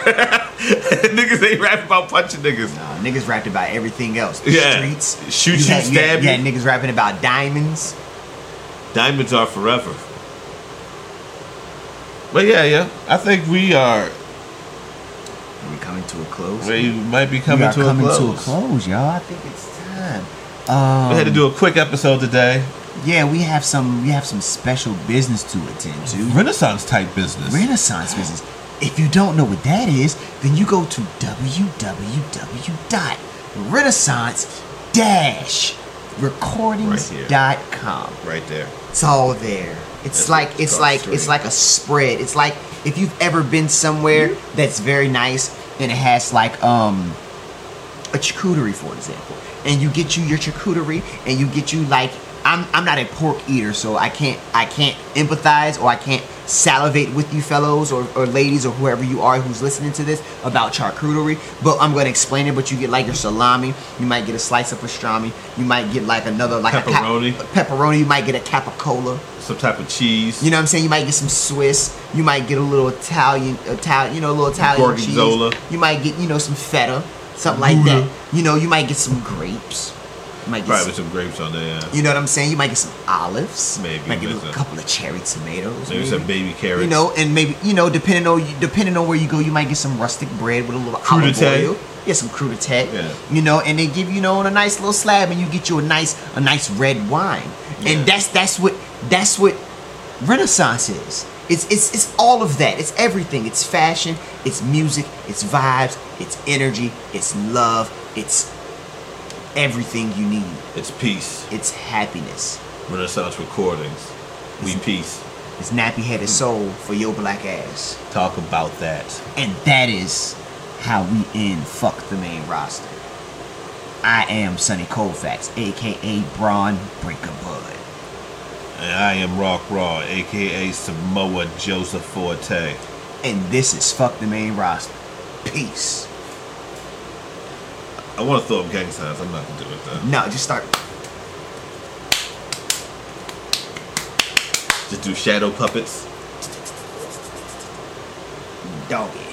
niggas ain't rap about punching niggas. Nah, niggas rapped about everything else. The Yeah. streets. Shoot you, had, stab had- you. you. had niggas rapping about diamonds. Diamonds are forever. But yeah, yeah. I think we are, We coming to a close. we might be we coming, are to, coming a close. to a close, y'all. I think it's time. Um, We had to do a quick episode today. yeah, we have some. We have some special business to attend to. Renaissance type business. Renaissance business. If you don't know what that is, then you go to www.renaissance-recordings.com. right there. It's all there. It's That's like what it's it's like called, it's straight. like a spread. It's like if you've ever been somewhere that's very nice and it has like um a charcuterie for example, and you get you your charcuterie and you get you like I'm I'm not a pork eater, so I can't I can't empathize or I can't salivate with you fellows or, or ladies or whoever you are who's listening to this about charcuterie. But I'm gonna explain it. But you get like your salami, you might get a slice of pastrami, you might get like another like Pepperoni. a cap- pepperoni, you might get a capicola. Some type of cheese. You know what I'm saying? You might get some Swiss. You might get a little Italian, Italian, you know, a little Italian Gorgonzola. cheese. You might get, you know, some feta, something like Gouda. that. You know, you might get some grapes. You might get Probably some, some grapes on there. Yeah. you know what I'm saying? You might get some olives. Maybe, Might get a listen. couple of cherry tomatoes. Maybe some baby carrots. You know, and maybe you know, depending on you, depending on where you go, you might get some rustic bread with a little olive Crudité. oil. Yeah, some crudité. Yeah. You know, and they give you, you know on a nice little slab, and you get you a nice a nice red wine, Yeah. and that's that's what that's what Renaissance is. It's it's it's all of that. It's everything. It's fashion. It's music. It's vibes. It's energy. It's love. It's everything you need. It's peace. It's happiness. Renaissance recordings. We peace. It's nappy headed Hmm. soul for your black ass. Talk about that. And that is how we end Fuck the Main Roster. I am Sonny Colfax, aka Braun Breaker Bud. And I am Rock Raw, aka Samoa Joseph Forte. And this is Fuck the Main Roster. Peace. I want to throw up gang signs. I'm not gonna do it though. No, just start. Just do shadow puppets. Dog it.